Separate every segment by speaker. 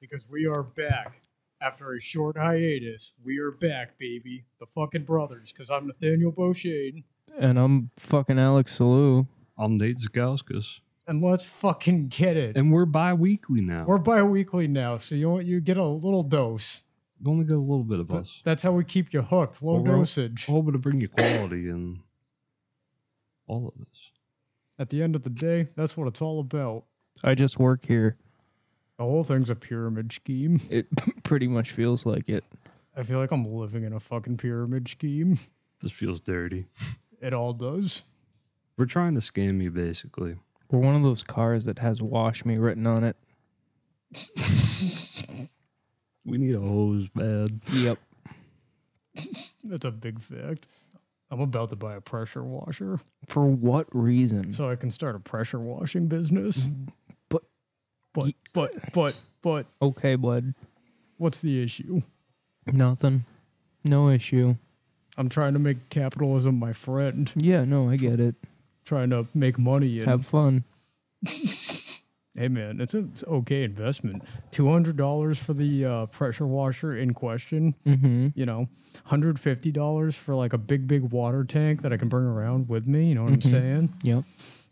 Speaker 1: because we are back after a short hiatus. We are back, baby. The fucking brothers, because I'm Nathaniel Beauchade.
Speaker 2: And I'm fucking Alex Salou.
Speaker 3: I'm Nate Zagauskas.
Speaker 1: And let's fucking get it.
Speaker 3: And we're bi weekly now.
Speaker 1: We're bi weekly now, so you, you get a little dose.
Speaker 3: We only got a little bit of us.
Speaker 1: That's how we keep you hooked. Low
Speaker 3: Well, we're-
Speaker 1: dosage.
Speaker 3: We're hoping to bring you quality and all of this.
Speaker 1: At the end of the day, that's what it's all about.
Speaker 2: I just work here.
Speaker 1: The whole thing's a pyramid scheme.
Speaker 2: It pretty much feels like it.
Speaker 1: I feel like I'm living in a fucking pyramid scheme.
Speaker 3: This feels dirty.
Speaker 1: It all does.
Speaker 3: We're trying to scam you, basically.
Speaker 2: We're one of those cars that has wash me written on it.
Speaker 3: We need a hose bad.
Speaker 2: Yep.
Speaker 1: That's a big fact. I'm about to buy a pressure washer
Speaker 2: For what reason?
Speaker 1: so I can start a pressure washing business.
Speaker 2: But-
Speaker 1: but, but, but, but,
Speaker 2: Okay, bud.
Speaker 1: what's the issue?
Speaker 2: Nothing. No issue.
Speaker 1: I'm trying to make capitalism my friend,
Speaker 2: Yeah, no, I get it.
Speaker 1: trying to make money. And,
Speaker 2: Have fun.
Speaker 1: hey, man, it's an it's okay investment. $200 for the uh, pressure washer in question.
Speaker 2: Mm-hmm.
Speaker 1: you know, hundred fifty dollars for like a big, big water tank that I can bring around with me. You know what I'm saying?
Speaker 2: Mm-hmm. Yep.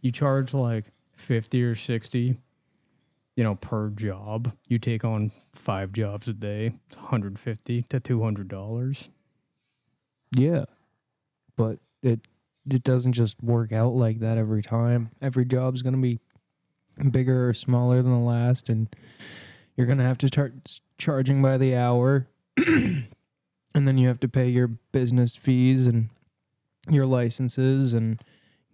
Speaker 1: You charge like fifty or sixty, you know, per job. You take on five jobs a day. It's hundred fifty to two hundred dollars.
Speaker 2: Yeah. But it it doesn't just work out like that every time. Every job's gonna be bigger or smaller than the last, and you're gonna have to start s- charging by the hour, and then you have to pay your business fees and your licenses and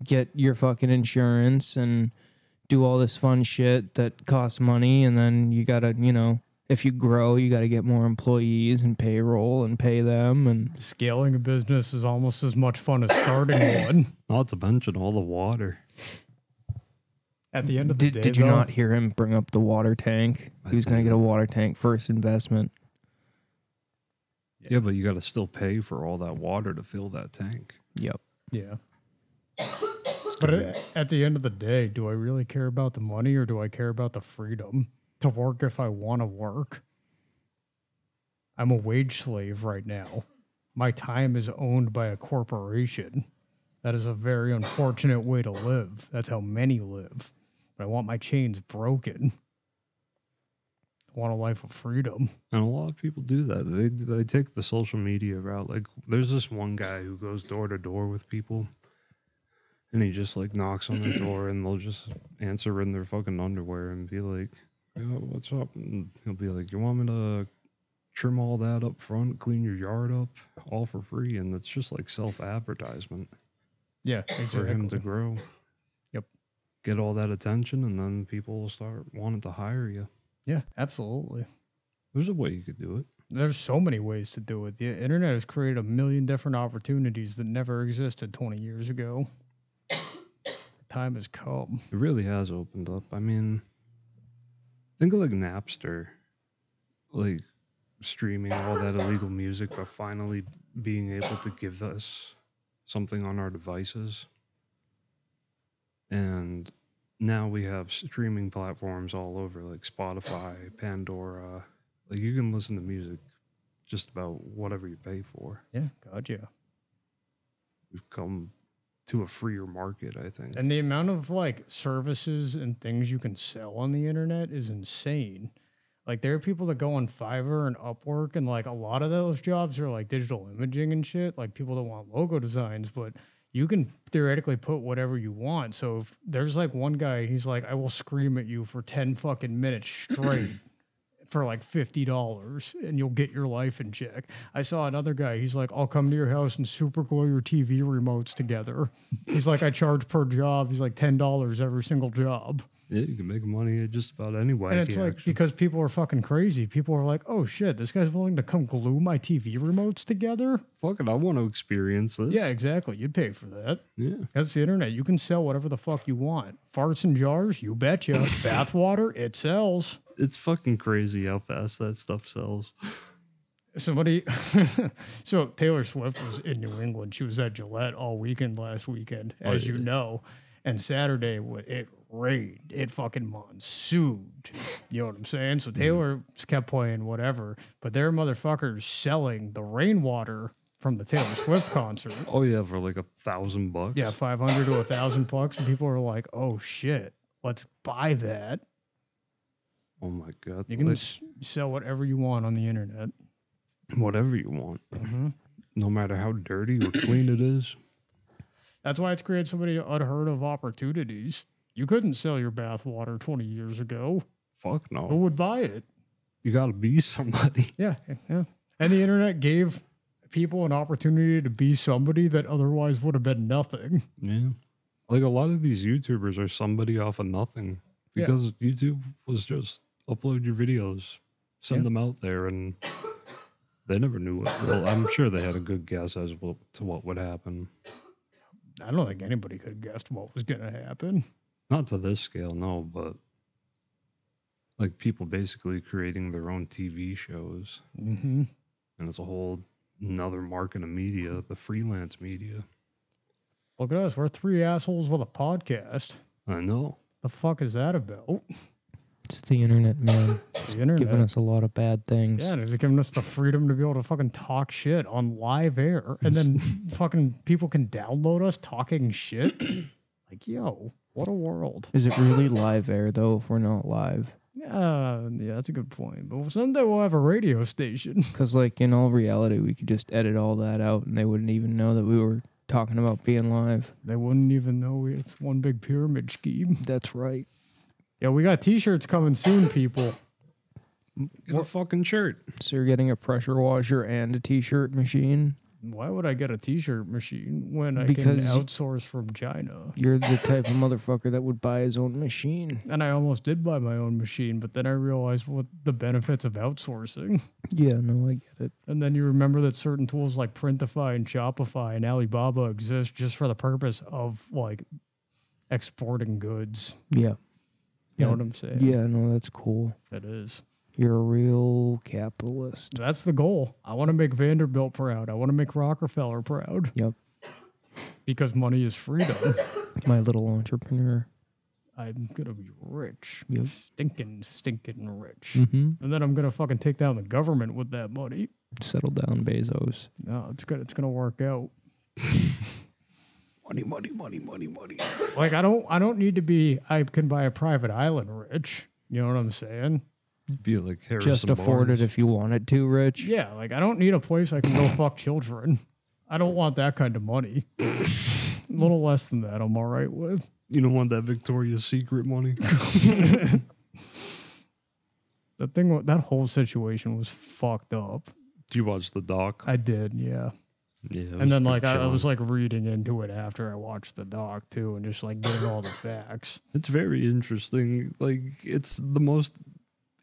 Speaker 2: get your fucking insurance and do all this fun shit that costs money and then you gotta you know if you grow you gotta get more employees and payroll and pay them and
Speaker 1: Scaling a business is almost as much fun as starting one.
Speaker 3: Not to mention all the water.
Speaker 1: At the end of the
Speaker 2: Did,
Speaker 1: day,
Speaker 2: did you
Speaker 1: though,
Speaker 2: not hear him bring up the water tank? He was going to get a water tank first investment.
Speaker 3: Yeah, but you got to still pay for all that water to fill that tank.
Speaker 2: Yep.
Speaker 1: Yeah. But at, at the end of the day, do I really care about the money or do I care about the freedom to work if I want to work? I'm a wage slave right now. My time is owned by a corporation. That is a very unfortunate way to live. That's how many live. But I want my chains broken. I want a life of freedom.
Speaker 3: And a lot of people do that. They they take the social media route. Like there's this one guy who goes door to door with people, and he just like knocks on the door, and they'll just answer in their fucking underwear and be like, "Yeah, "What's up?" And he'll be like, "You want me to trim all that up front, clean your yard up, all for free?" And it's just like self advertisement
Speaker 1: Yeah,
Speaker 3: for him to grow.
Speaker 1: Yep.
Speaker 3: Get all that attention, and then people will start wanting to hire you.
Speaker 1: Yeah, absolutely.
Speaker 3: There's a way you could do it.
Speaker 1: There's so many ways to do it. The internet has created a million different opportunities that never existed 20 years ago. Time has come.
Speaker 3: It really has opened up. I mean, think of like Napster, like streaming all that illegal music, but finally being able to give us something on our devices. And now we have streaming platforms all over, like Spotify, Pandora. Like you can listen to music just about whatever you pay for.
Speaker 1: Yeah, God, yeah.
Speaker 3: We've come to a freer market, I think.
Speaker 1: And the amount of like services and things you can sell on the internet is insane. Like there are people that go on Fiverr and Upwork, and like a lot of those jobs are like digital imaging and shit. Like people that want logo designs, but you can theoretically put whatever you want. So if there's like one guy, he's like, I will scream at you for ten fucking minutes straight. For like fifty dollars, and you'll get your life in check. I saw another guy. He's like, "I'll come to your house and super glue your TV remotes together." He's like, I charge per job. He's like ten dollars every single job,
Speaker 3: yeah, you can make money at just about any way.
Speaker 1: and it's like because people are fucking crazy. People are like, oh shit, this guy's willing to come glue my TV remotes together.
Speaker 3: fuck it, I want to experience this.
Speaker 1: Yeah, exactly. You'd pay for that.
Speaker 3: Yeah.
Speaker 1: That's the internet. You can sell whatever the fuck you want. Farts and jars, you betcha. Bathwater, it sells.
Speaker 3: It's fucking crazy how fast that stuff sells.
Speaker 1: Somebody, so Taylor Swift was in New England. She was at Gillette all weekend last weekend, as you know. And Saturday, wa- it rained. It fucking monsooned. You know what I'm saying? So Taylor just kept playing whatever, but there are motherfuckers selling the rainwater from the Taylor Swift concert.
Speaker 3: Oh yeah, for like a thousand bucks.
Speaker 1: Yeah, 500 to a 1,000 bucks. And people are like, oh shit, let's buy that.
Speaker 3: Oh my god.
Speaker 1: You can
Speaker 3: like,
Speaker 1: s- sell whatever you want on the internet.
Speaker 3: whatever you want,
Speaker 1: Mhm.
Speaker 3: no matter how dirty or clean it is.
Speaker 1: That's why it's created so many unheard of opportunities. You couldn't sell your bathwater 20 years ago.
Speaker 3: Fuck
Speaker 1: Who
Speaker 3: no.
Speaker 1: would buy it?
Speaker 3: You gotta be somebody.
Speaker 1: Yeah, yeah. And the internet gave people an opportunity to be somebody that otherwise would have been nothing.
Speaker 3: Yeah. Like a lot of these YouTubers are somebody off of nothing
Speaker 1: Yeah.
Speaker 3: because YouTube was just upload your videos, send
Speaker 1: Yeah.
Speaker 3: them out there, and they never knew what. Well, I'm sure they had a good guess as well to what would happen.
Speaker 1: I don't think anybody could have guessed what was going to happen.
Speaker 3: Not to this scale, no, but like people basically creating their own TV shows,
Speaker 1: Mm-hmm.
Speaker 3: and it's a whole another market of media, the freelance media.
Speaker 1: Look at us. We're three assholes with a podcast.
Speaker 3: I know.
Speaker 1: The fuck is that about?
Speaker 2: It's the internet, man,
Speaker 1: The internet.
Speaker 2: giving us a lot of bad things.
Speaker 1: yeah, and it's giving us the freedom to be able to fucking talk shit on live air. And then fucking people can download us talking shit. like, yo, what a world.
Speaker 2: Is it really live air though? If we're not live,
Speaker 1: Uh, yeah, that's a good point. But someday we'll have a radio station.
Speaker 2: because like in all reality, we could just edit all that out, and they wouldn't even know that we were talking about being live.
Speaker 1: They wouldn't even know it's one big pyramid scheme.
Speaker 2: That's right.
Speaker 1: Yeah, we got t-shirts coming soon, people.
Speaker 3: Get a fucking shirt.
Speaker 2: So you're getting a pressure washer and a t-shirt machine.
Speaker 1: Why would I get a t-shirt machine when I
Speaker 2: Because-
Speaker 1: can outsource from China?
Speaker 2: You're the type of motherfucker that would buy his own machine.
Speaker 1: And I almost did buy my own machine, but then I realized what the benefits of outsourcing.
Speaker 2: Yeah, no, I get it.
Speaker 1: And then you remember that certain tools like Printify and Shopify and Alibaba exist just for the purpose of like exporting goods.
Speaker 2: Yeah,
Speaker 1: You know
Speaker 2: Yeah.
Speaker 1: what I'm saying?
Speaker 2: yeah, no, that's cool.
Speaker 1: It is.
Speaker 2: You're a real capitalist.
Speaker 1: That's the goal. I want to make Vanderbilt proud. I want to make Rockefeller proud.
Speaker 2: Yep.
Speaker 1: Because money is freedom.
Speaker 2: My little entrepreneur.
Speaker 1: I'm gonna be rich,
Speaker 2: Yep.
Speaker 1: stinking, stinking rich,
Speaker 2: Mm-hmm.
Speaker 1: and then I'm gonna fucking take down the government with that money.
Speaker 2: Settle down, Bezos.
Speaker 1: No, it's gonna it's gonna work out.
Speaker 3: Money, money, money, money, money.
Speaker 1: Like I don't I don't need to be I can buy a private island rich. You know what I'm saying?
Speaker 3: Be like Harrison
Speaker 2: Just afford
Speaker 3: Barnes.
Speaker 2: it if you wanted to, Rich.
Speaker 1: Yeah, like I don't need a place I can go fuck children. I don't want that kind of money. a little less than that, I'm all right with.
Speaker 3: You don't want that Victoria's Secret money.
Speaker 1: That thing, wa- that whole situation was fucked up.
Speaker 3: Do you watch the doc?
Speaker 1: I did, yeah.
Speaker 3: yeah. it was
Speaker 1: and then
Speaker 3: pretty
Speaker 1: like I, I
Speaker 3: chilling.
Speaker 1: was like reading into it after I watched the doc too, and just like getting all the facts.
Speaker 3: it's very interesting. Like it's the most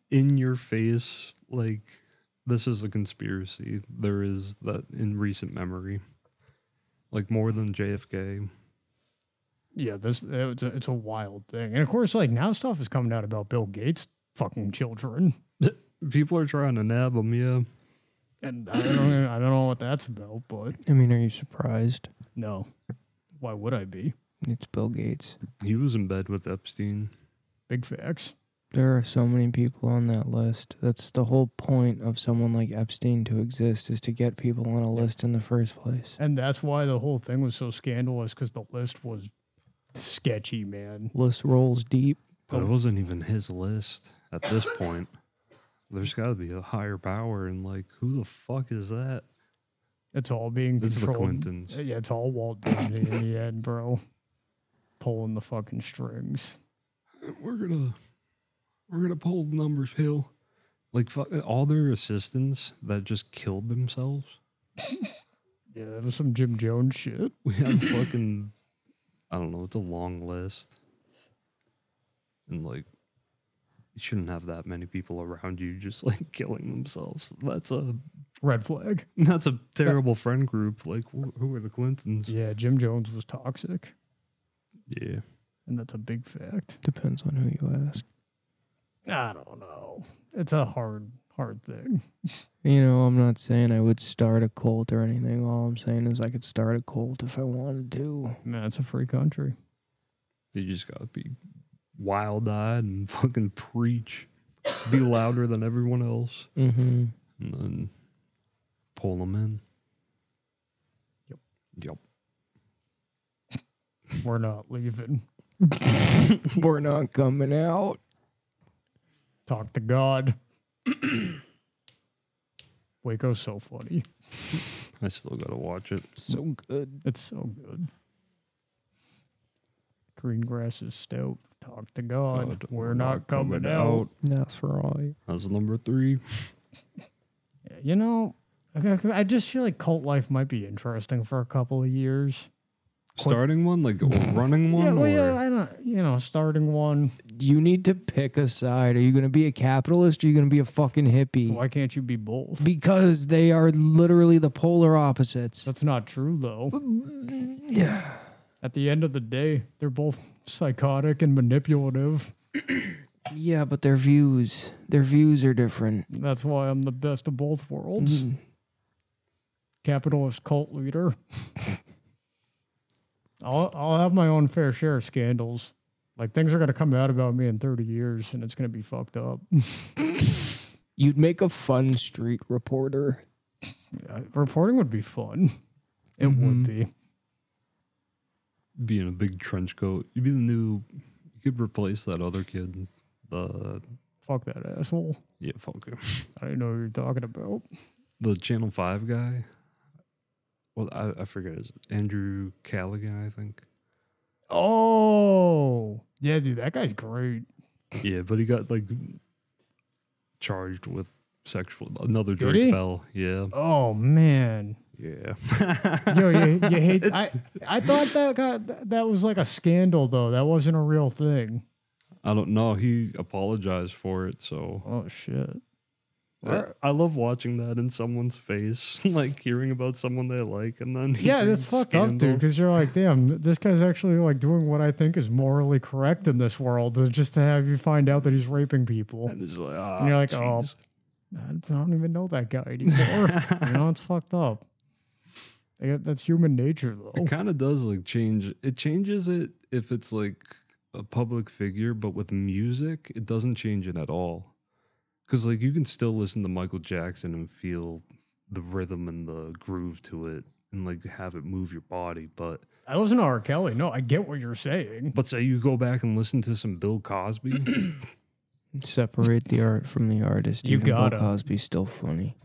Speaker 3: in your face. Like this is a conspiracy. There is that in recent memory. Like more than JFK.
Speaker 1: Yeah, this it's a, it's a wild thing, and of course, like now stuff is coming out about Bill Gates fucking children,
Speaker 3: People are trying to nab him. Yeah.
Speaker 1: and I don't I don't know what that's about, but
Speaker 2: I mean, are you surprised?
Speaker 1: no, why would I be?
Speaker 2: It's Bill Gates.
Speaker 3: He was in bed with Epstein.
Speaker 1: Big facts.
Speaker 2: There are so many people on that list. That's the whole point of someone like Epstein to exist is to get people on a list in the first place.
Speaker 1: And that's why the whole thing was so scandalous because the list was sketchy, man.
Speaker 2: List rolls deep.
Speaker 3: But
Speaker 1: Oh.
Speaker 3: it wasn't even his list at this point. There's got to be a higher power, and like, who the fuck is that?
Speaker 1: It's all being
Speaker 3: This is the
Speaker 1: controlled.
Speaker 3: Clintons.
Speaker 1: yeah, it's all Walt Disney in the end, bro. Pulling the fucking strings.
Speaker 3: we're gonna we're gonna pull numbers hill like fu- all their assistants that just killed themselves
Speaker 1: Yeah, that was some Jim Jones shit.
Speaker 3: we have fucking i don't know it's a long list and like you shouldn't have that many people around you just like killing themselves that's a
Speaker 1: Red flag.
Speaker 3: that's a terrible friend group like wh- who are the clintons
Speaker 1: Yeah, Jim Jones was toxic,
Speaker 3: yeah
Speaker 1: and that's a big fact.
Speaker 2: Depends on who you ask.
Speaker 1: I don't know. It's a hard, hard thing.
Speaker 2: You know, I'm not saying I would start a cult or anything. All I'm saying is I could start a cult if I wanted to.
Speaker 1: Man, it's a free country.
Speaker 3: you just gotta be wild eyed and fucking preach, be louder than everyone else,
Speaker 2: Mm-hmm.
Speaker 3: and then pull them in. Yep. Yep.
Speaker 1: We're not leaving.
Speaker 2: We're not coming out.
Speaker 1: Talk to God. Waco's so funny.
Speaker 3: I still gotta watch it.
Speaker 2: So good.
Speaker 1: It's so good. Green grass is stout. Talk to God.
Speaker 3: God,
Speaker 1: We're not coming, out.
Speaker 2: That's right.
Speaker 3: That's number three.
Speaker 1: You know, I I just feel like cult life might be interesting for a couple of years. Quick-
Speaker 3: Starting one, like a running one,
Speaker 1: yeah, well,
Speaker 3: or
Speaker 1: yeah, I don't, you know, starting one.
Speaker 2: You need to pick a side. Are you going to be a capitalist or are you going to be a fucking hippie?
Speaker 1: Why can't you be both?
Speaker 2: Because they are literally the polar opposites.
Speaker 1: That's not true, though.
Speaker 2: Mm, Yeah.
Speaker 1: At the end of the day, they're both psychotic and manipulative.
Speaker 2: Yeah, but their views, their views are different. Mm.
Speaker 1: That's why I'm the best of both
Speaker 2: Mm-hmm.
Speaker 1: worlds. Capitalist cult leader. I'll, I'll have my own fair share of scandals. Like, things are going to come out about me in 30 years, and it's going to be fucked up.
Speaker 2: You'd make a fun street reporter.
Speaker 1: Yeah, reporting would be fun. It would
Speaker 2: Mhm.
Speaker 1: be.
Speaker 3: be in a big trench coat. You'd be the new. You could replace that other kid. The
Speaker 1: Fuck that asshole.
Speaker 3: yeah, fuck him.
Speaker 1: I don't know who you're talking about.
Speaker 3: The Channel Five guy. Well, I, I forget. Is Andrew Callaghan? I think.
Speaker 1: Oh, yeah, dude, that guy's great.
Speaker 3: Yeah, but he got like charged with sexual. Another
Speaker 1: Did
Speaker 3: Drake
Speaker 1: he?
Speaker 3: Bell. Yeah,
Speaker 1: Oh man,
Speaker 3: yeah.
Speaker 1: yo, you, you hate. I, I thought that got that was like a scandal though. That wasn't a real thing.
Speaker 3: I don't know. He apologized for it, so
Speaker 1: Oh shit.
Speaker 3: I, I love watching that in someone's face, like hearing about someone they like, and then he
Speaker 1: Yeah, that's
Speaker 3: brings
Speaker 1: fucked up, dude.
Speaker 3: scandal.
Speaker 1: Because you're like, damn, this guy's actually like doing what I think is morally correct in this world, uh, just to have you find out that he's raping people.
Speaker 3: And it's like, ah,
Speaker 1: you're like, oh,
Speaker 3: jeez.
Speaker 1: I don't even know that guy anymore. you know, it's fucked up. Like, that- That's human nature, though.
Speaker 3: It kind of does like change. It changes it if it's like a public figure, but with music, it doesn't change it at all. Because like you can still listen to Michael Jackson and feel the rhythm and the groove to it, and like have it move your body. But
Speaker 1: I listen to R. Kelly. No, I get what you're saying.
Speaker 3: but say you go back and listen to some Bill Cosby,
Speaker 2: Separate the art from the artist.
Speaker 1: You
Speaker 2: Even Bill
Speaker 1: gotta.
Speaker 2: Cosby's still funny.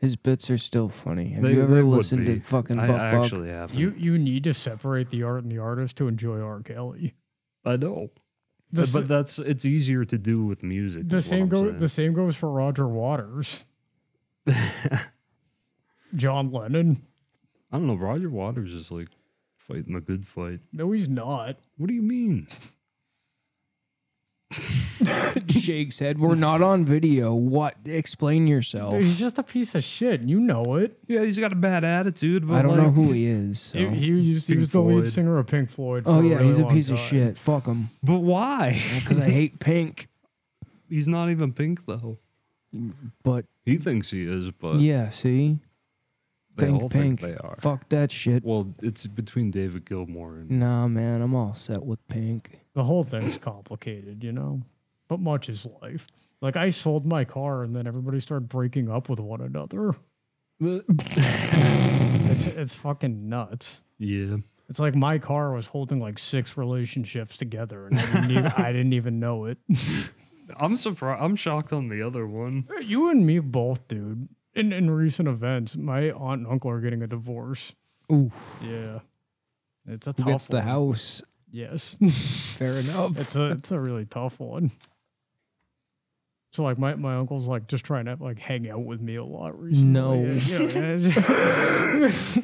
Speaker 2: His bits are still funny. Have
Speaker 3: They-
Speaker 2: you
Speaker 3: they
Speaker 2: ever
Speaker 3: would
Speaker 2: listened to
Speaker 3: be.
Speaker 2: fucking
Speaker 3: I,
Speaker 2: Buck
Speaker 3: I
Speaker 2: Buck?
Speaker 3: actually have.
Speaker 1: You you need to separate the art and the artist to enjoy R. Kelly.
Speaker 3: I know,
Speaker 1: The,
Speaker 3: but
Speaker 1: s-
Speaker 3: that's it's easier to do with music.
Speaker 1: the
Speaker 3: is what
Speaker 1: same
Speaker 3: I'm
Speaker 1: go
Speaker 3: saying.
Speaker 1: the same goes for Roger Waters, John Lennon.
Speaker 3: I don't know. Roger Waters is like fighting the good fight.
Speaker 1: No, he's not.
Speaker 3: What do you mean?
Speaker 2: Shakes head. We're not on video. What? Explain yourself.
Speaker 1: Dude, he's just a piece of shit. and You know it.
Speaker 3: Yeah, he's got a bad attitude. But
Speaker 2: I don't
Speaker 3: like,
Speaker 2: know who he is. So.
Speaker 1: He, he used, he
Speaker 3: Pink
Speaker 1: was the lead
Speaker 3: Floyd.
Speaker 1: singer of Pink Floyd. For
Speaker 2: oh yeah,
Speaker 1: really
Speaker 2: he's a
Speaker 1: long
Speaker 2: piece of
Speaker 1: time.
Speaker 2: shit. Fuck him.
Speaker 3: But why?
Speaker 2: Because I hate pink.
Speaker 3: He's not even pink though.
Speaker 2: But
Speaker 3: He thinks he is, but
Speaker 2: yeah, see,
Speaker 3: they
Speaker 2: think
Speaker 3: all
Speaker 2: pink.
Speaker 3: think they are.
Speaker 2: fuck that shit.
Speaker 3: Well, it's between David Gilmour and
Speaker 2: Nah, man, I'm all set with pink.
Speaker 1: The whole thing's complicated, you know. But much is life. Like I sold my car, and then everybody started breaking up with one another.
Speaker 2: Mm.
Speaker 1: It's it's fucking nuts.
Speaker 3: yeah.
Speaker 1: It's like my car was holding like six relationships together, and I didn't even, I didn't even know it.
Speaker 3: I'm surprised. I'm shocked on the other one.
Speaker 1: Eh, You and me both, dude. In in recent events, my aunt and uncle are getting a divorce.
Speaker 2: Oof.
Speaker 1: Yeah, it's a
Speaker 2: Who
Speaker 1: tough.
Speaker 2: gets the
Speaker 1: one.
Speaker 2: house?
Speaker 1: Yes,
Speaker 2: Fair enough.
Speaker 1: it's a it's a really tough one. So like my, my uncle's like just trying to like hang out with me a lot recently.
Speaker 2: No.
Speaker 1: and, you know, and it's,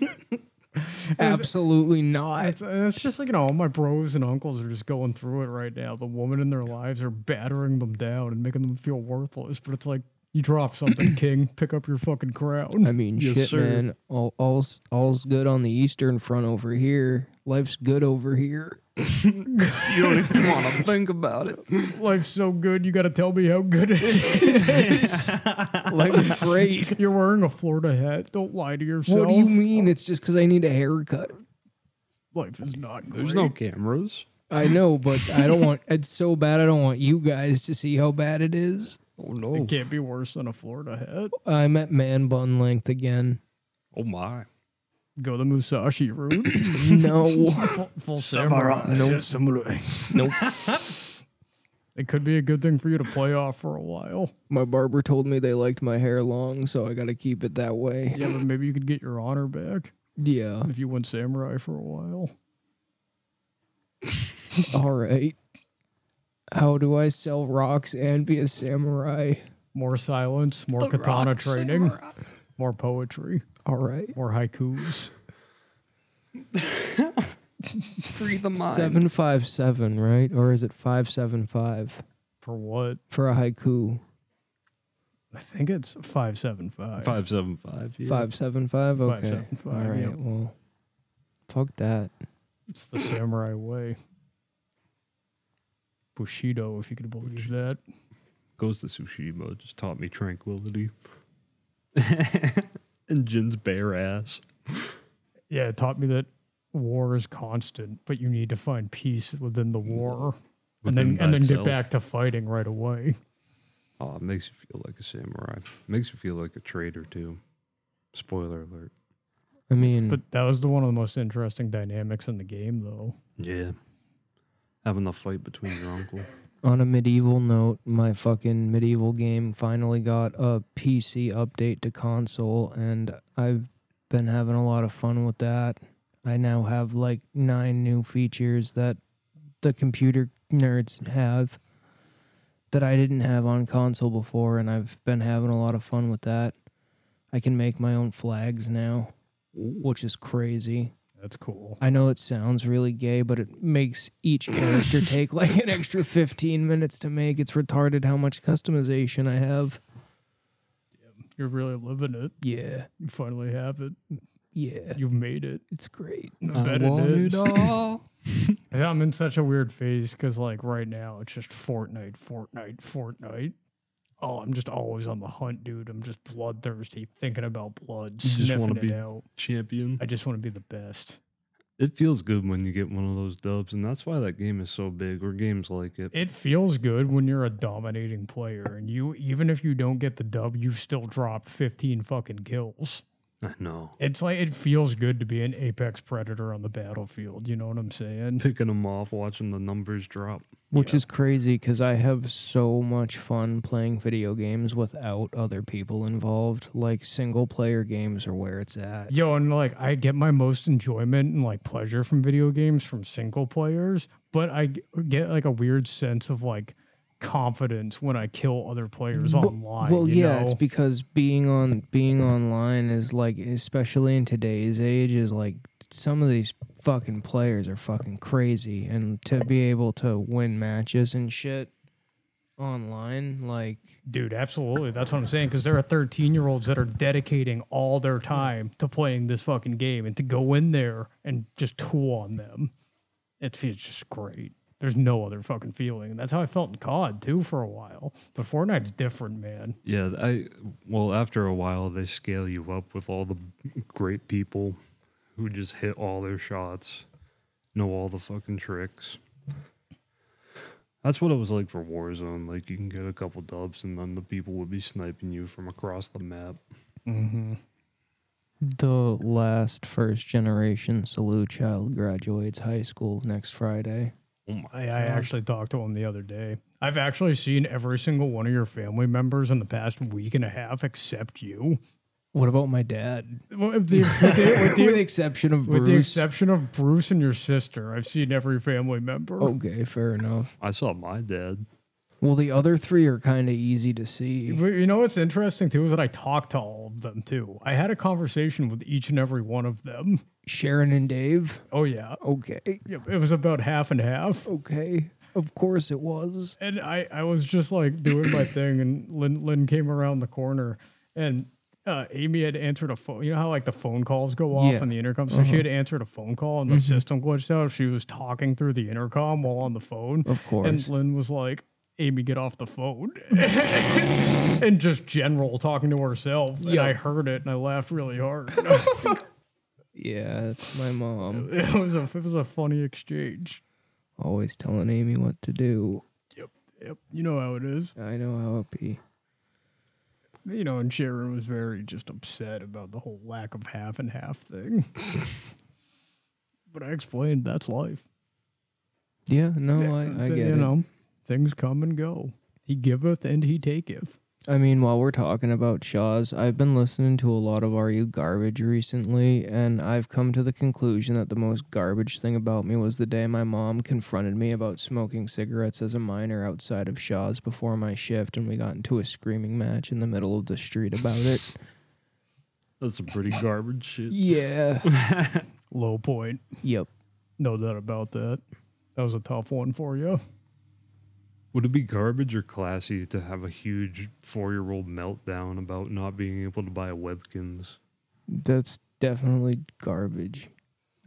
Speaker 2: Absolutely not.
Speaker 1: it's, and it's just like you know all my bros and uncles are just going through it right now. The women in their lives are battering them down and making them feel worthless. But it's like you drop something, king, pick up your fucking crown.
Speaker 2: I mean,
Speaker 3: Yes,
Speaker 2: shit,
Speaker 3: sir.
Speaker 2: man. All, all's all's good on the eastern front over here. Life's good over here.
Speaker 3: You don't even want to think about it.
Speaker 1: Life's so good, you got to tell me how good it is.
Speaker 2: Life's great.
Speaker 1: You're wearing a Florida hat. Don't lie to yourself.
Speaker 2: What do you mean? It's just because I need a haircut.
Speaker 1: Life is not great.
Speaker 3: There's no cameras.
Speaker 2: I know, but I don't want it's so bad. I don't want you guys to see how bad it is.
Speaker 3: Oh no!
Speaker 1: It can't be worse than a Florida head.
Speaker 2: I'm at man bun length again.
Speaker 3: Oh my!
Speaker 1: Go the Musashi route.
Speaker 2: No,
Speaker 1: full full samurai.
Speaker 2: Nope.
Speaker 1: samurai.
Speaker 2: nope.
Speaker 1: It could be a good thing for you to play off for a while.
Speaker 2: My barber told me they liked my hair long, so I got to keep it that way.
Speaker 1: Yeah, but maybe you could get your honor back
Speaker 2: Yeah.
Speaker 1: if you went samurai for a while.
Speaker 2: All right. How do I sell rocks and be a samurai?
Speaker 1: More silence, more katana training, more poetry,
Speaker 2: All right.
Speaker 1: more haikus.
Speaker 3: Free the
Speaker 2: Seven five seven, right? Or is it five seven five
Speaker 1: For what?
Speaker 2: for a haiku?
Speaker 1: I think it's five seven five.
Speaker 3: Five seven five. Yeah.
Speaker 2: Five seven five. Okay.
Speaker 1: Five, seven, five,
Speaker 2: All right.
Speaker 1: yep.
Speaker 2: Well, fuck that.
Speaker 1: It's the samurai way. Bushido, if you could believe that.
Speaker 3: goes to Tsushima just taught me tranquility. and Jin's bare ass.
Speaker 1: Yeah, it taught me that war is constant, but you need to find peace within the war. And then
Speaker 3: Within
Speaker 1: and then get
Speaker 3: thyself.
Speaker 1: back to fighting right away.
Speaker 3: Oh, it makes you feel like a samurai. Makes you feel like a traitor too. Spoiler alert.
Speaker 2: I
Speaker 3: Hmm.
Speaker 2: mean,
Speaker 1: But that was the one of the most interesting dynamics in the game though.
Speaker 3: Yeah. Having the fight between your uncle.
Speaker 2: on a medieval note, my fucking medieval game finally got a PC update to console, and I've been having a lot of fun with that. I now have like nine new features that the computer nerds have that I didn't have on console before, and I've been having a lot of fun with that. I can make my own flags now, which is crazy.
Speaker 1: That's cool.
Speaker 2: I know it sounds really gay, but it makes each character take like an extra 15 minutes to make. It's retarded how much customization I have.
Speaker 1: You're really living it.
Speaker 2: Yeah.
Speaker 1: You finally have it.
Speaker 2: Yeah.
Speaker 1: You've made it.
Speaker 2: It's great.
Speaker 1: I bet it is. I'm in such a weird phase because, like, right now it's just Fortnite, Fortnite, Fortnite. Oh, I'm just always on the hunt, dude. I'm just bloodthirsty, thinking about blood,
Speaker 3: You just wanna
Speaker 1: sniffing it
Speaker 3: be-
Speaker 1: out.
Speaker 3: Champion.
Speaker 1: I just want to be the best.
Speaker 3: It feels good when you get one of those dubs, and that's why that game is so big, or games like it.
Speaker 1: It feels good when you're a dominating player, and you, even if you don't get the dub, you still drop 15 fucking kills.
Speaker 3: I know.
Speaker 1: It's like it feels good to be an apex predator on the battlefield. You know what I'm saying?
Speaker 3: Picking them off, watching the numbers drop.
Speaker 2: Which is crazy because I have so much fun playing video games without other people involved. Like single player games are where it's at.
Speaker 1: Yo, and like I get my most enjoyment and like pleasure from video games from single players, but I g- get like a weird sense of like confidence when I kill other players online.
Speaker 2: Well,
Speaker 1: you
Speaker 2: yeah, it's
Speaker 1: know?
Speaker 2: because being on being online is like, especially in today's age, is like some of these fucking players are fucking crazy, and to be able to win matches and shit online, like
Speaker 1: dude, absolutely. That's what I'm saying. Because there are 13 year olds that are dedicating all their time to playing this fucking game, and to go in there and just tool on them, it feels just great. There's no other fucking feeling, and that's how I felt in COD too for a while. But Fortnite's different, man.
Speaker 3: Yeah, I well, after a while they scale you up with all the great people who just hit all their shots, know all the fucking tricks. That's what it was like for Warzone. Like you can get a couple dubs and then the people would be sniping you from across the map.
Speaker 1: Mm-hmm.
Speaker 2: the last first generation salute child graduates high school next Friday.
Speaker 3: Oh my.
Speaker 1: I, I actually talked to him the other day. I've actually seen every single one of your family members in the past week and a half, except you.
Speaker 2: What about my dad?
Speaker 1: Well, if the- with, the, with,
Speaker 2: With
Speaker 1: the,
Speaker 2: the exception of
Speaker 1: with the
Speaker 2: Bruce.
Speaker 1: exception of Bruce and your sister, I've seen every family member.
Speaker 2: okay, fair enough.
Speaker 3: I saw my dad.
Speaker 2: Well, the other three are kind of easy to see.
Speaker 1: But you know what's interesting too is that I talked to all of them too. I had a conversation with each and every one of them.
Speaker 2: Sharon and Dave.
Speaker 1: Oh yeah,
Speaker 2: Okay.
Speaker 1: Yeah, it was about half and half.
Speaker 2: Okay. Of course it was.
Speaker 1: and I, I was just like doing my thing, and Lynn, Lynn came around the corner, and uh, Amy had answered a phone. You know how like the phone calls go off
Speaker 2: Yeah. Uh-huh. Mm-hmm.
Speaker 1: on the intercom, so she had answered a phone call, and the system glitched out. She was talking through the intercom while on the phone,
Speaker 2: Of course.
Speaker 1: and Lynn was like, "Amy, get off the phone," and just general talking to herself. And I heard it, and I laughed really hard.
Speaker 2: yeah, it's my mom.
Speaker 1: it was a it was a funny exchange.
Speaker 2: Always telling Amy what to do.
Speaker 1: Yep, you know how it is.
Speaker 2: I know how it be.
Speaker 1: You know, and Sharon was very just upset about the whole lack of half and half thing. but I explained that's life.
Speaker 2: Yeah, no,
Speaker 1: Yeah,
Speaker 2: Oh, I, I
Speaker 1: th-
Speaker 2: get
Speaker 1: you
Speaker 2: it.
Speaker 1: know, things come and go. He giveth and he taketh.
Speaker 2: I mean, while we're talking about Shaw's, I've been listening to a lot of Are You Garbage recently, and I've come to the conclusion that the most garbage thing about me was the day my mom confronted me about smoking cigarettes as a minor outside of Shaw's before my shift, and we got into a screaming match in the middle of the street about it.
Speaker 3: That's some pretty garbage shit.
Speaker 2: yeah.
Speaker 1: Low point.
Speaker 2: Yep.
Speaker 1: No doubt about that. That was a tough one for you.
Speaker 3: Would it be garbage or classy to have a huge four year old meltdown about not being able to buy Webkins?
Speaker 2: That's definitely garbage.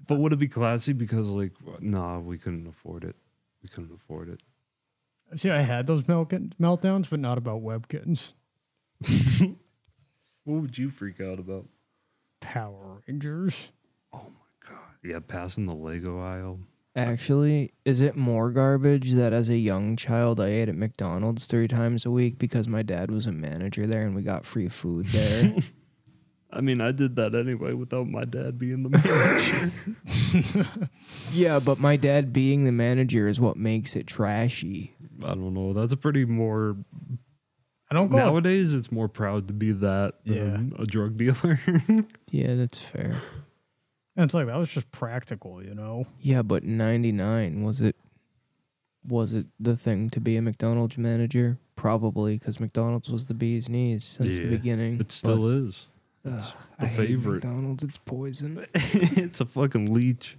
Speaker 3: But would it be classy because, like, nah, we couldn't afford it? We couldn't afford it.
Speaker 1: See, I had those melk- meltdowns, but not about webkins.
Speaker 3: What would you freak out about?
Speaker 1: Power Rangers.
Speaker 3: God. Yeah, passing the Lego aisle.
Speaker 2: Actually, is it more garbage that as a young child I ate at McDonald's three times a week because my dad was a manager there and we got free food there?
Speaker 3: I mean, I did that anyway without my dad being the manager.
Speaker 2: Yeah, but my dad being the manager is what makes it trashy.
Speaker 3: I don't know. That's a pretty more.
Speaker 1: I don't go.
Speaker 3: Nowadays, it's more proud to be that than a drug dealer.
Speaker 2: Yeah, that's fair.
Speaker 1: and it's like that was just practical, you know.
Speaker 2: Yeah, but 99 was it was it the thing to be a McDonald's manager? Probably cuz McDonald's was the bee's knees since
Speaker 3: Yeah,
Speaker 2: the beginning.
Speaker 3: it still is. it's
Speaker 1: Ah.
Speaker 3: the
Speaker 2: I hate
Speaker 3: favorite.
Speaker 2: McDonald's it's poison.
Speaker 3: it's a fucking leech.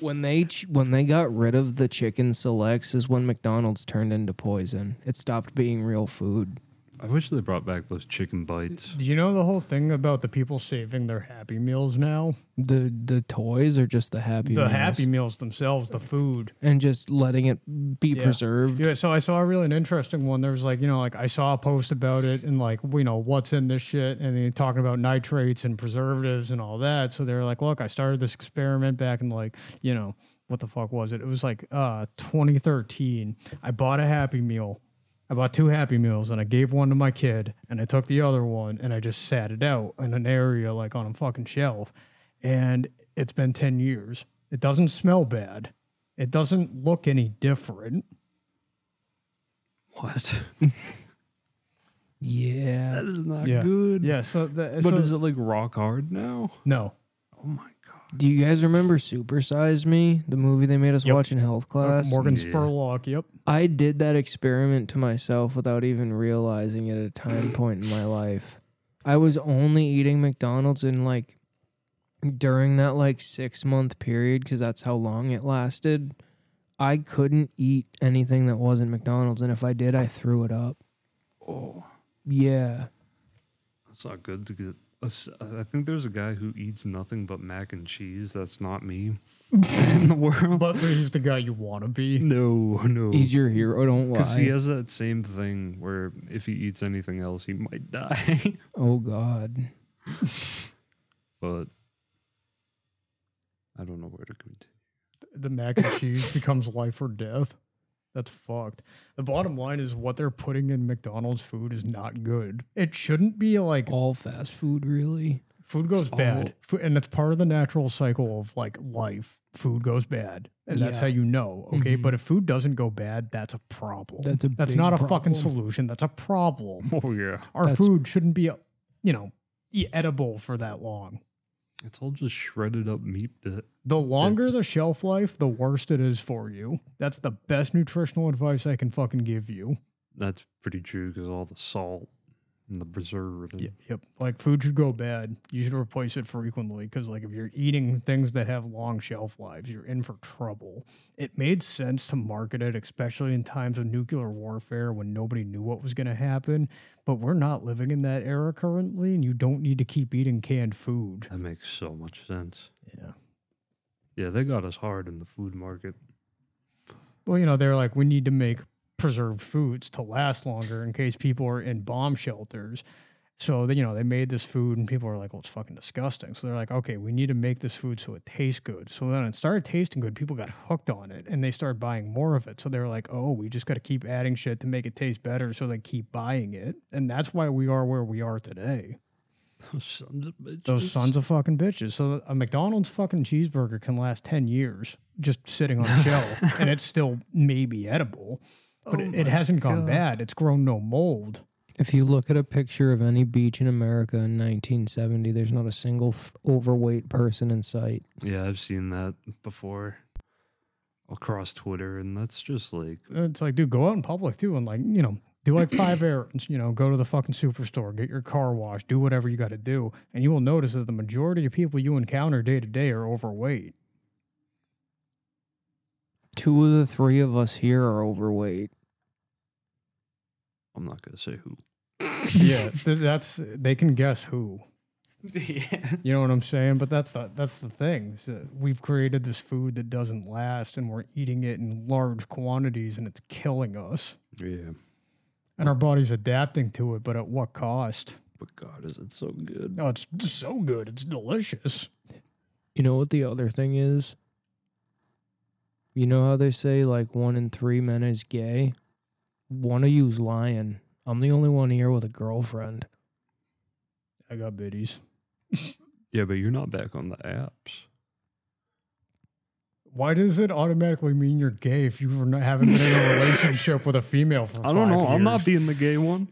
Speaker 2: When they ch- when they got rid of the chicken selects is when McDonald's turned into poison. It stopped being real food.
Speaker 3: I wish they brought back those chicken bites.
Speaker 1: Do you know the whole thing about the people saving their Happy Meals now?
Speaker 2: The the toys are just the happy
Speaker 1: the
Speaker 2: Meals.
Speaker 1: Happy Meals themselves, the food.
Speaker 2: and just letting it be
Speaker 1: Yeah.
Speaker 2: preserved.
Speaker 1: Yeah, so I saw a really an interesting one. There was like, you know, like I saw a post about it and like, you know, what's in this shit and they talking about nitrates and preservatives and all that. So they're like, look, I started this experiment back in like, you know, what the fuck was it? It was like uh 2013. I bought a Happy Meal. I bought two Happy Meals and I gave one to my kid and I took the other one and I just sat it out in an area like on a fucking shelf. And it's been 10 years. It doesn't smell bad. It doesn't look any different.
Speaker 3: What?
Speaker 2: Yeah.
Speaker 3: That is not
Speaker 1: Yeah.
Speaker 3: good.
Speaker 1: Yeah. So, the,
Speaker 3: But
Speaker 1: so
Speaker 3: is it like rock hard now?
Speaker 1: no.
Speaker 3: Oh my god.
Speaker 2: Do you guys remember Super Size Me, the movie they made us
Speaker 1: Yep.
Speaker 2: watch in health class?
Speaker 1: Uh, Morgan
Speaker 3: Yeah.
Speaker 1: Spurlock. Yep.
Speaker 2: I did that experiment to myself without even realizing it at a time point in my life. I was only eating McDonald's in like during that like 6 month period cuz that's how long it lasted. I couldn't eat anything that wasn't McDonald's and if I did I threw it up.
Speaker 3: Oh,
Speaker 2: Yeah.
Speaker 3: that's not good. To get. us- I think there's a guy who eats nothing but mac and cheese. That's not me. in the world.
Speaker 1: But he's the guy you want to be.
Speaker 3: no, no.
Speaker 2: He's your hero, don't
Speaker 3: Because he
Speaker 2: lie.
Speaker 3: has that same thing where if he eats anything else, he might die.
Speaker 2: oh god.
Speaker 3: but I don't know where to continue.
Speaker 1: The mac and cheese becomes life or death. That's fucked. The bottom line is what they're putting in McDonald's food is not good. It shouldn't be like
Speaker 2: All fast food really.
Speaker 1: food goes
Speaker 3: all-
Speaker 1: bad, Fu- and Oh, it's part of the natural cycle of like life. Food goes bad, and that's
Speaker 2: Yeah.
Speaker 1: how you know. Okay,
Speaker 2: Mhm.
Speaker 1: but if food doesn't go bad, that's a problem.
Speaker 2: That's a
Speaker 1: Mm-hmm. Oh, that's
Speaker 2: big
Speaker 1: not a fucking
Speaker 2: problem.
Speaker 1: solution. That's a problem.
Speaker 3: Oh yeah,
Speaker 1: Our
Speaker 2: That's-
Speaker 1: food shouldn't be, you know, e- edible for that long.
Speaker 3: it's all just shredded up meat. Bit.
Speaker 1: The longer
Speaker 3: That's-
Speaker 1: the shelf life, the worse it is for you. That's the best nutritional advice I can fucking give you.
Speaker 3: That's pretty true because all the salt and the preservative.
Speaker 1: Yep. Like food should go bad. You should replace it frequently because, like, if you're eating things that have long shelf lives, you're in for trouble. It made sense to market it, especially in times of nuclear warfare when nobody knew what was going to happen. But we're not living in that era currently, and you don't need to keep eating canned food.
Speaker 3: That makes so much sense.
Speaker 1: Yeah.
Speaker 3: Yeah, they got us hard in the food market.
Speaker 1: Well, you know, they're like, we need to make preserved foods to last longer in case people are in bomb shelters. So they, you know they made this food, and people are like, "Well, it's fucking disgusting." So they're like, "Okay, we need to make this food so it tastes good." So then it started tasting good. People got hooked on it, and they started buying more of it. So they were like, "Oh, we just got to keep adding shit to make it taste better." So they keep buying it, and that's why we are where we are today.
Speaker 3: Those sons of bitches.
Speaker 1: Those sons of fucking bitches. So a McDonald's fucking cheeseburger can last ten years just sitting on a shelf, and it's still maybe edible, but
Speaker 3: Oh
Speaker 1: it,
Speaker 3: my
Speaker 1: it hasn't gone
Speaker 3: God.
Speaker 1: bad. It's grown no mold.
Speaker 2: If you look at a picture of any beach in America in 1970, there's not a single f- overweight person in sight.
Speaker 3: Yeah, I've seen that before across Twitter, and that's just like
Speaker 1: It's like, dude, go out in public too, and like, you know, do like five errands. You know, go to the fucking superstore, get your car washed, do whatever you got to do, and you will notice that the majority of people you encounter day to day are overweight.
Speaker 2: Two of the three of us here are overweight.
Speaker 3: I'm not gonna say who.
Speaker 1: yeah, th- that's they can guess who.
Speaker 4: yeah.
Speaker 1: You know what I'm saying? But that's the that's the thing. is that we've created this food that doesn't last, and we're eating it in large quantities, and it's killing us.
Speaker 3: Yeah,
Speaker 1: And our body's adapting to it, but at what cost?
Speaker 3: but God, is it so good?
Speaker 1: No, it's so good. It's delicious.
Speaker 2: You know what the other thing is? You know how they say like one in three men is gay? One of you's lying. I'm the only one here with a girlfriend.
Speaker 1: I got biddies.
Speaker 3: Yeah, but you're not back on the apps.
Speaker 1: Why does it automatically mean you're gay if you were not, haven't been in a relationship with a female for
Speaker 3: I don't
Speaker 1: five
Speaker 3: know. I'm not
Speaker 1: years?
Speaker 3: being the gay one.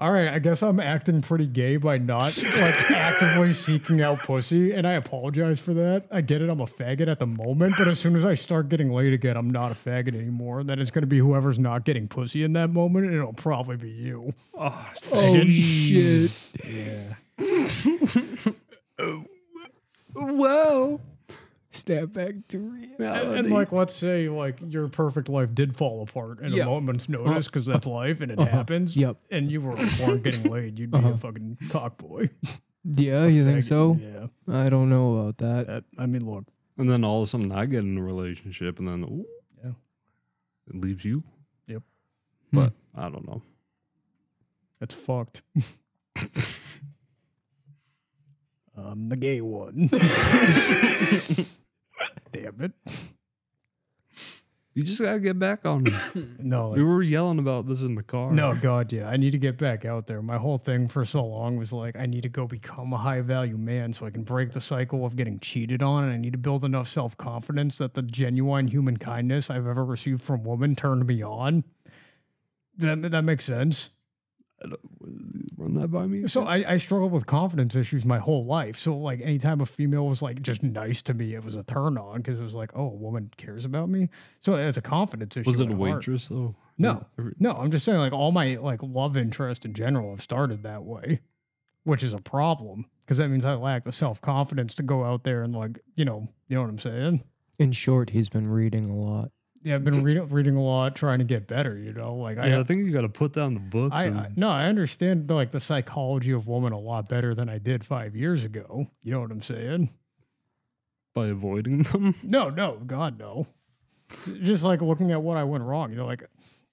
Speaker 1: All right, I guess I'm acting pretty gay by not like actively seeking out pussy, and I apologize for that. I get it. I'm a faggot at the moment, but as soon as I start getting laid again, I'm not a faggot anymore. Then it's going to be whoever's not getting pussy in that moment, and it'll probably be you.
Speaker 3: Oh,
Speaker 2: shit.
Speaker 1: Yeah.
Speaker 2: Whoa. Snap back to reality.
Speaker 3: Uh,
Speaker 1: And, and, like, let's say like your perfect life did fall apart in
Speaker 2: Yeah.
Speaker 1: a moment's notice because that's
Speaker 3: Uh-huh.
Speaker 1: life and it happens.
Speaker 2: Yep.
Speaker 1: And you were born getting laid, you'd be a fucking cockboy.
Speaker 2: Yeah, Uh-huh. you think
Speaker 1: Faggot,
Speaker 2: so?
Speaker 1: Yeah.
Speaker 2: I don't know about that.
Speaker 1: That, I mean, look,
Speaker 3: and then all of a sudden, I get in a relationship, and then ooh,
Speaker 1: Yeah.
Speaker 3: it leaves you.
Speaker 1: Yep.
Speaker 3: But I don't know.
Speaker 1: that's fucked. I'm Um, the gay one. Damn it.
Speaker 3: You just gotta get back on. it.
Speaker 1: No,
Speaker 3: we were yelling about this in the car.
Speaker 1: No, God, yeah. I need to get back out there. My whole thing for so long was like, I need to go become a high value man so I can break the cycle of getting cheated on. And I need to build enough self confidence that the genuine human kindness I've ever received from women turned me on. That, that makes sense.
Speaker 3: run that by me.
Speaker 1: So I, I struggled with confidence issues my whole life. So like anytime a female was like just nice to me, it was a turn on because it was like, oh, a woman cares about me. So it's a confidence issue.
Speaker 3: was it
Speaker 1: at
Speaker 3: a
Speaker 1: heart.
Speaker 3: waitress though?
Speaker 1: No.
Speaker 3: Every-
Speaker 1: No, I'm just saying, like all my like love interest in general have started that way, which is a problem because that means I lack the self confidence to go out there and like you know you know what I'm saying.
Speaker 2: In short, he's been reading a lot.
Speaker 1: Yeah, I've been reading reading a lot, trying to get better. You know, like
Speaker 3: Yeah, I think you gotta put down the books.
Speaker 1: I, I,
Speaker 3: and
Speaker 1: I no, I understand like the psychology of woman a lot better than I did five years ago. You know what I'm saying?
Speaker 3: by avoiding them.
Speaker 1: No, no, God, no. Just like looking at what I went wrong, you know, like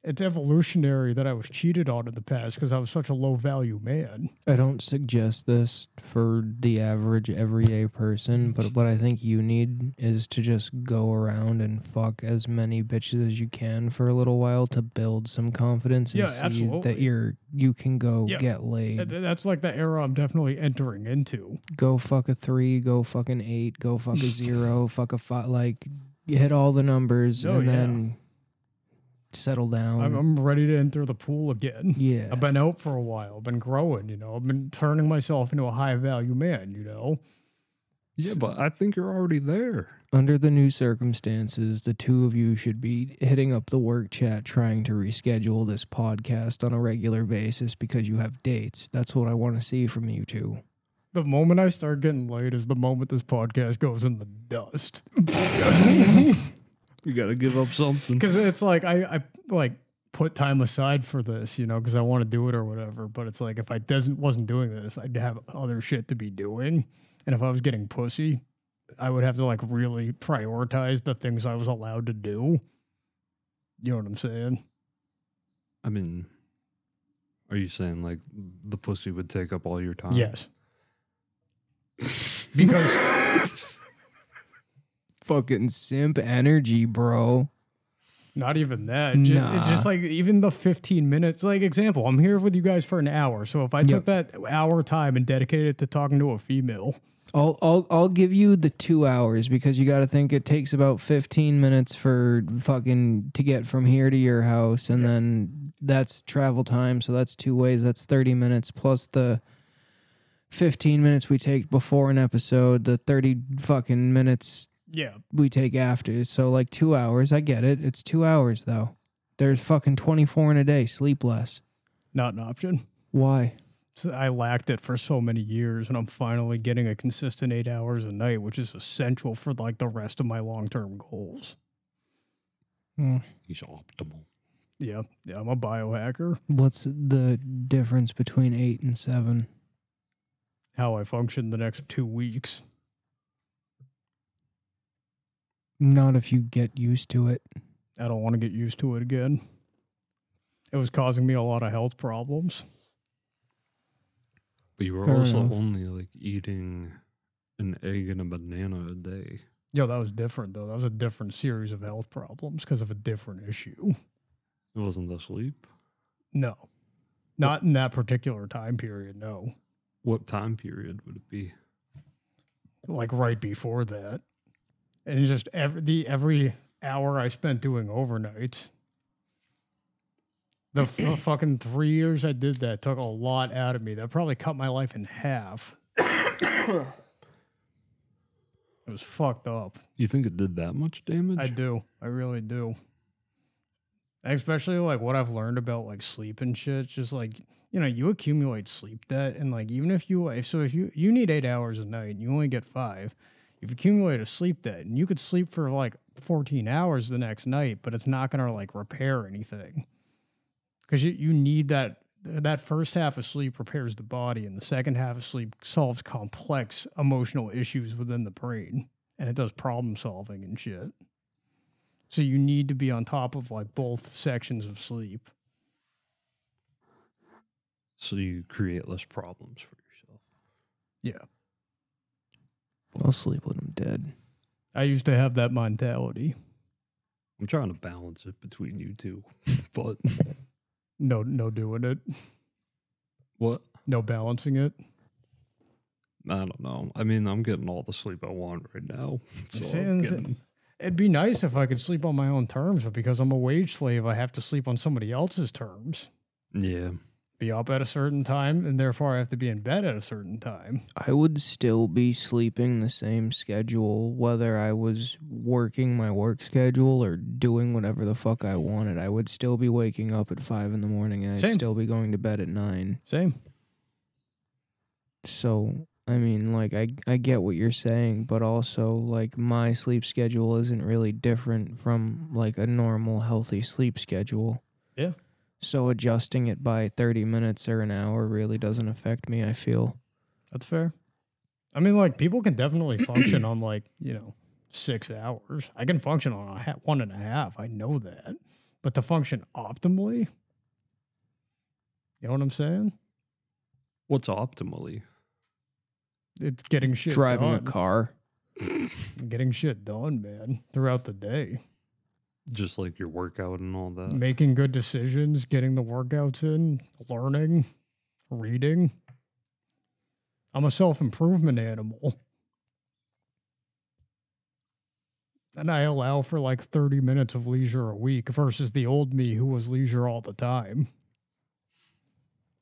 Speaker 1: it's evolutionary that I was cheated on in the past because I was such a low value man.
Speaker 2: I don't suggest this for the average everyday person, but what I think you need is to just go around and fuck as many bitches as you can for a little while to build some confidence and
Speaker 1: Yeah,
Speaker 2: see that
Speaker 1: absolutely.
Speaker 2: you're you can go
Speaker 1: Yeah.
Speaker 2: get laid.
Speaker 1: Th- th- That's like the era I'm definitely entering into.
Speaker 2: go fuck a three, go fuck an eight, go fuck a zero, fuck a five. Like you hit all the numbers
Speaker 1: Oh,
Speaker 2: and
Speaker 1: yeah.
Speaker 2: then settle down.
Speaker 1: I'm, I'm ready to enter the pool again.
Speaker 2: Oh, yeah,
Speaker 1: I've been out for a while, been growing, you know, I've been turning myself into a high value man, you know.
Speaker 3: Yeah, but I think you're already there.
Speaker 2: under the new circumstances, the two of you should be hitting up the work chat trying to reschedule this podcast on a regular basis because you have dates. That's what I want to see from you two.
Speaker 1: The moment I start getting laid is the moment this podcast goes in the dust.
Speaker 3: You gotta give up something.
Speaker 1: Because it's like, I, I like put time aside for this, you know, because I want to do it or whatever. But it's like, if I doesn't, wasn't doing this, I'd have other shit to be doing. And if I was getting pussy, I would have to like really prioritize the things I was allowed to do. You know what I'm saying?
Speaker 3: I mean, Are you saying like the pussy would take up all your time?
Speaker 1: Yes. because
Speaker 2: Fucking simp energy, bro.
Speaker 1: Not even that. Ju- It's just
Speaker 2: Nah.
Speaker 1: like even the 15 minutes. Like example, I'm here with you guys for an hour. So if I took that hour time and dedicated it to talking to a female,
Speaker 2: I'll I'll I'll give you the two hours because you got to think it takes about fifteen minutes for fucking to get from here to your house, and then that's travel time. So that's two ways. That's thirty minutes plus the fifteen minutes we take before an episode. The thirty fucking minutes
Speaker 1: yeah,
Speaker 2: we take after. So like two hours. I get it. It's two hours though. There's fucking twenty four in a day. Sleep less.
Speaker 1: not an option.
Speaker 2: Why?
Speaker 1: So I lacked it for so many years, and I'm finally getting a consistent eight hours a night, which is essential for like the rest of my long term goals.
Speaker 2: Mm.
Speaker 3: He's optimal.
Speaker 1: Yeah, yeah, I'm a biohacker.
Speaker 2: What's the difference between eight and seven?
Speaker 1: How I function the next two weeks.
Speaker 2: Not if you get used to it.
Speaker 1: I don't want to get used to it again. It was causing me a lot of health problems.
Speaker 3: But you were
Speaker 2: Fair
Speaker 3: also
Speaker 2: enough.
Speaker 3: only like eating an egg and a banana a day.
Speaker 1: Yo, that was different though. That was a different series of health problems because of a different issue.
Speaker 3: It wasn't the sleep.
Speaker 1: No, not in that particular time period. No,
Speaker 3: What time period would it be?
Speaker 1: like right before that, and it's just every the every hour I spent doing overnights. The f- fucking three years I did that took a lot out of me. That probably cut my life in half. it was fucked up.
Speaker 3: You think it did that much damage?
Speaker 1: I do. I really do. Especially like what I've learned about like sleep and shit. Just like you know, you accumulate sleep debt, and like even if you if so if you you need eight hours a night and you only get five, you've accumulated a sleep debt, and you could sleep for like fourteen hours the next night, but it's not gonna like repair anything because you you need that. That first half of sleep repairs the body, and the second half of sleep solves complex emotional issues within the brain, and it does problem solving and shit. So you need to be on top of like both sections of sleep.
Speaker 3: so you create less problems for yourself.
Speaker 2: I'll sleep when I'm dead.
Speaker 1: I used to have that mentality.
Speaker 3: I'm trying to balance it between you two. But
Speaker 1: No, no doing it.
Speaker 3: what?
Speaker 1: No balancing it.
Speaker 3: I don't know. I mean, I'm getting all the sleep I want right now. So I'm
Speaker 1: Sounds-
Speaker 3: getting,
Speaker 1: It'd be nice if I could sleep on my own terms, but because I'm a wage slave, I have to sleep on somebody else's terms.
Speaker 3: yeah.
Speaker 1: Be up at a certain time, and therefore I have to be in bed at a certain time.
Speaker 2: I would still be sleeping the same schedule, whether I was working my work schedule or doing whatever the fuck I wanted. I would still be waking up at five in the morning and I'd
Speaker 1: Same.
Speaker 2: still be going to bed at nine.
Speaker 1: Same.
Speaker 2: So, I mean, like, I, I get what you're saying, but also, like, my sleep schedule isn't really different from, like, a normal healthy sleep schedule.
Speaker 1: Yeah.
Speaker 2: So, adjusting it by 30 minutes or an hour really doesn't affect me, I feel.
Speaker 1: That's fair. I mean, like people can definitely function on like you know six hours. I can function on a ha- one and a half. I know that, but to function optimally, you know what I'm saying?
Speaker 3: What's optimally?
Speaker 1: It's getting shit
Speaker 2: Driving
Speaker 1: done.
Speaker 2: a car.
Speaker 1: getting shit done, man, throughout the day,
Speaker 3: Just like your workout and all that.
Speaker 1: making good decisions, getting the workouts in, learning, reading. I'm a self improvement animal. And I allow for like 30 minutes of leisure a week versus the old me who was leisure all the time.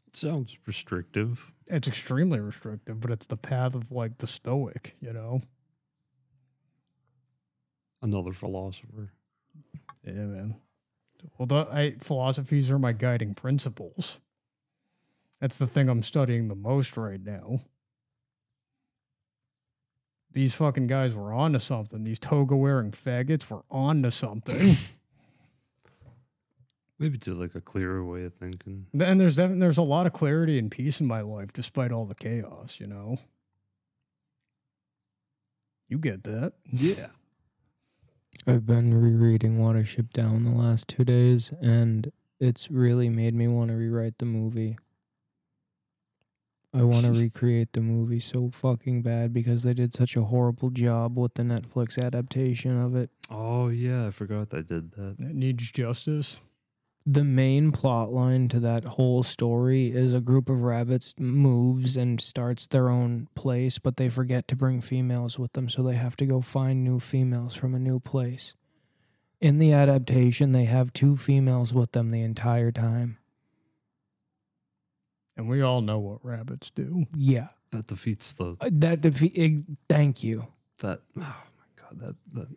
Speaker 3: It sounds restrictive.
Speaker 1: It's extremely restrictive, but it's the path of like the stoic, you know?
Speaker 3: Another philosopher.
Speaker 1: Yeah, man. Well, the, I, philosophies are my guiding principles. That's the thing I'm studying the most right now. These fucking guys were onto something. These toga wearing faggots were onto something.
Speaker 3: Maybe to like a clearer way of thinking.
Speaker 1: and there's def- there's a lot of clarity and peace in my life despite all the chaos, you know. You get that?
Speaker 3: Yeah.
Speaker 2: I've been rereading Watership Down the last two days, and it's really made me want to rewrite the movie. I want to recreate the movie so fucking bad because they did such a horrible job with the Netflix adaptation of it.
Speaker 3: Oh yeah, I forgot they did that.
Speaker 1: It needs justice.
Speaker 2: The main plot line to that whole story is a group of rabbits moves and starts their own place, but they forget to bring females with them, so they have to go find new females from a new place. In the adaptation, they have two females with them the entire time.
Speaker 1: And we all know what rabbits do.
Speaker 2: Yeah.
Speaker 3: That defeats the
Speaker 2: Uh, That defe- eh, thank you.
Speaker 3: that. Oh my god, that that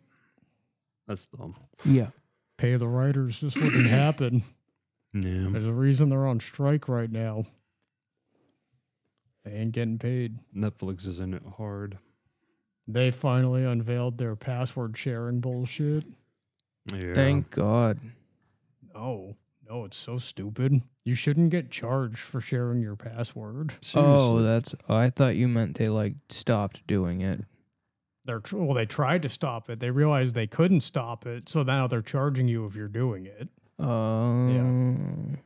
Speaker 3: that's dumb.
Speaker 2: Yeah.
Speaker 1: Pay the writers. This wouldn't happen.
Speaker 3: Yeah,
Speaker 1: There's a reason they're on strike right now. They ain't getting paid.
Speaker 3: Netflix is in it hard.
Speaker 1: They finally unveiled their password sharing bullshit.
Speaker 3: Yeah.
Speaker 2: Thank God.
Speaker 1: No, no, it's so stupid. You shouldn't get charged for sharing your password.
Speaker 2: Oh,
Speaker 3: Seriously.
Speaker 2: that's I thought you meant they like stopped doing it.
Speaker 1: They're tr- well, they tried to stop it. They realized they couldn't stop it, so now they're charging you if you're doing it.
Speaker 2: Um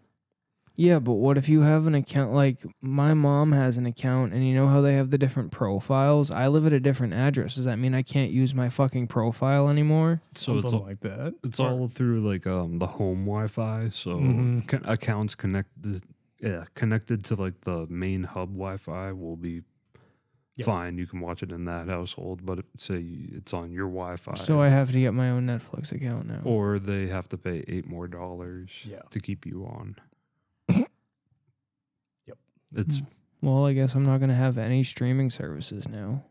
Speaker 2: Yeah, but what if you have an account like my mom has an account and you know how they have the different profiles? I live at a different address. Does that mean I can't use my fucking profile anymore?
Speaker 3: so it's
Speaker 1: Something
Speaker 3: all,
Speaker 1: like that.
Speaker 3: it's all through like um the home Wi-Fi. So
Speaker 1: Mhm.
Speaker 3: con- accounts connected, yeah, connected to like the main hub Wi-Fi will be.
Speaker 1: Yeah.
Speaker 3: Fine, you can watch it in that household, but it, say it's on your Wi-Fi.
Speaker 2: So I have to get my own Netflix account now.
Speaker 3: or they have to pay eight more dollars
Speaker 1: Yeah.
Speaker 3: to keep you on.
Speaker 1: Yep.
Speaker 3: It's
Speaker 2: Well, I guess I'm not going to have any streaming services now.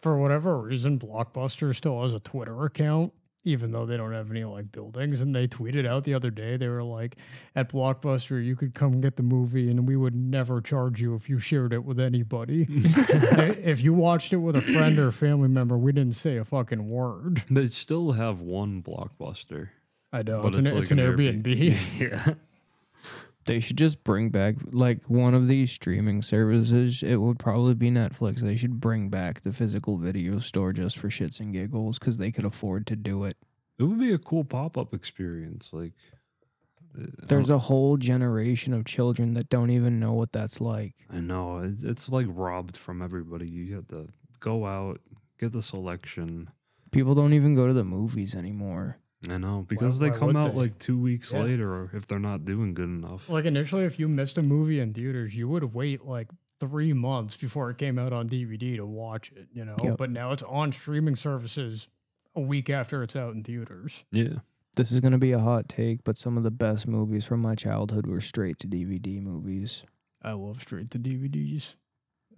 Speaker 1: For whatever reason, Blockbuster still has a Twitter account, even though they don't have any like buildings. And they tweeted out the other day, they were like, at Blockbuster, you could come get the movie and we would never charge you if you shared it with anybody. I- if you watched it with a friend or a family member, we didn't say a fucking word.
Speaker 3: they still have one blockbuster.
Speaker 1: I know.
Speaker 3: But
Speaker 1: It's, an,
Speaker 3: it's like
Speaker 1: it's an,
Speaker 3: an
Speaker 1: Airbnb.
Speaker 3: Airbnb. Yeah.
Speaker 2: They should just bring back like one of these streaming services. It would probably be Netflix. They should bring back the physical video store just for shits and giggles because they could afford to do it.
Speaker 3: It would be a cool pop up experience. Like uh, I
Speaker 2: There's
Speaker 3: don't-
Speaker 2: a whole generation of children that don't even know what that's like.
Speaker 3: I know. It, it's like robbed from everybody. You have to go out, get the selection.
Speaker 2: People don't even go to the movies anymore.
Speaker 3: I know. Because
Speaker 1: why
Speaker 3: they come
Speaker 1: would
Speaker 3: out
Speaker 1: they?
Speaker 3: like two weeks
Speaker 1: Yeah.
Speaker 3: later or if they're not doing good enough.
Speaker 1: Like initially, if you missed a movie in theaters, you would wait like three months before it came out on DVD to watch it, you know?
Speaker 2: Yep.
Speaker 1: But now it's on streaming services a week after it's out in theaters.
Speaker 3: yeah.
Speaker 2: This is going to be a hot take, but some of the best movies from my childhood were straight to DVD movies.
Speaker 1: I love straight to DVDs.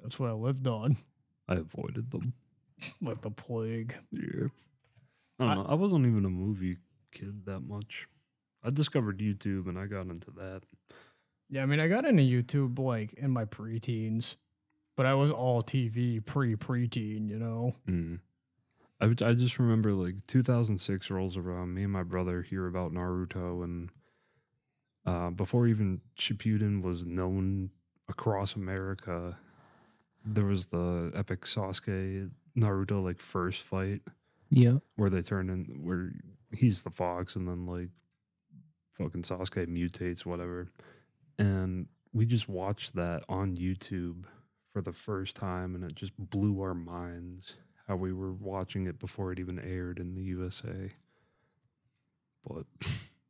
Speaker 1: That's what I lived on,
Speaker 3: I avoided them.
Speaker 1: like the plague.
Speaker 3: Yeah. I don't
Speaker 1: I-
Speaker 3: know. I wasn't even a movie kid that much. I discovered YouTube and I got into that.
Speaker 1: Yeah, I mean, I got into YouTube like in my preteens, but I was all TV pre preteen, you know?
Speaker 3: Mm. I, would- I just remember like 2006 rolls around. Me and my brother hear about Naruto, and uh, before even Shippuden was known across America, there was the epic Sasuke Naruto like first fight
Speaker 2: Yeah.
Speaker 3: where they turn in where he's the fox and then like fucking Sasuke mutates whatever. And we just watched that on YouTube for the first time and it just blew our minds how we were watching it before it even aired in the USA. But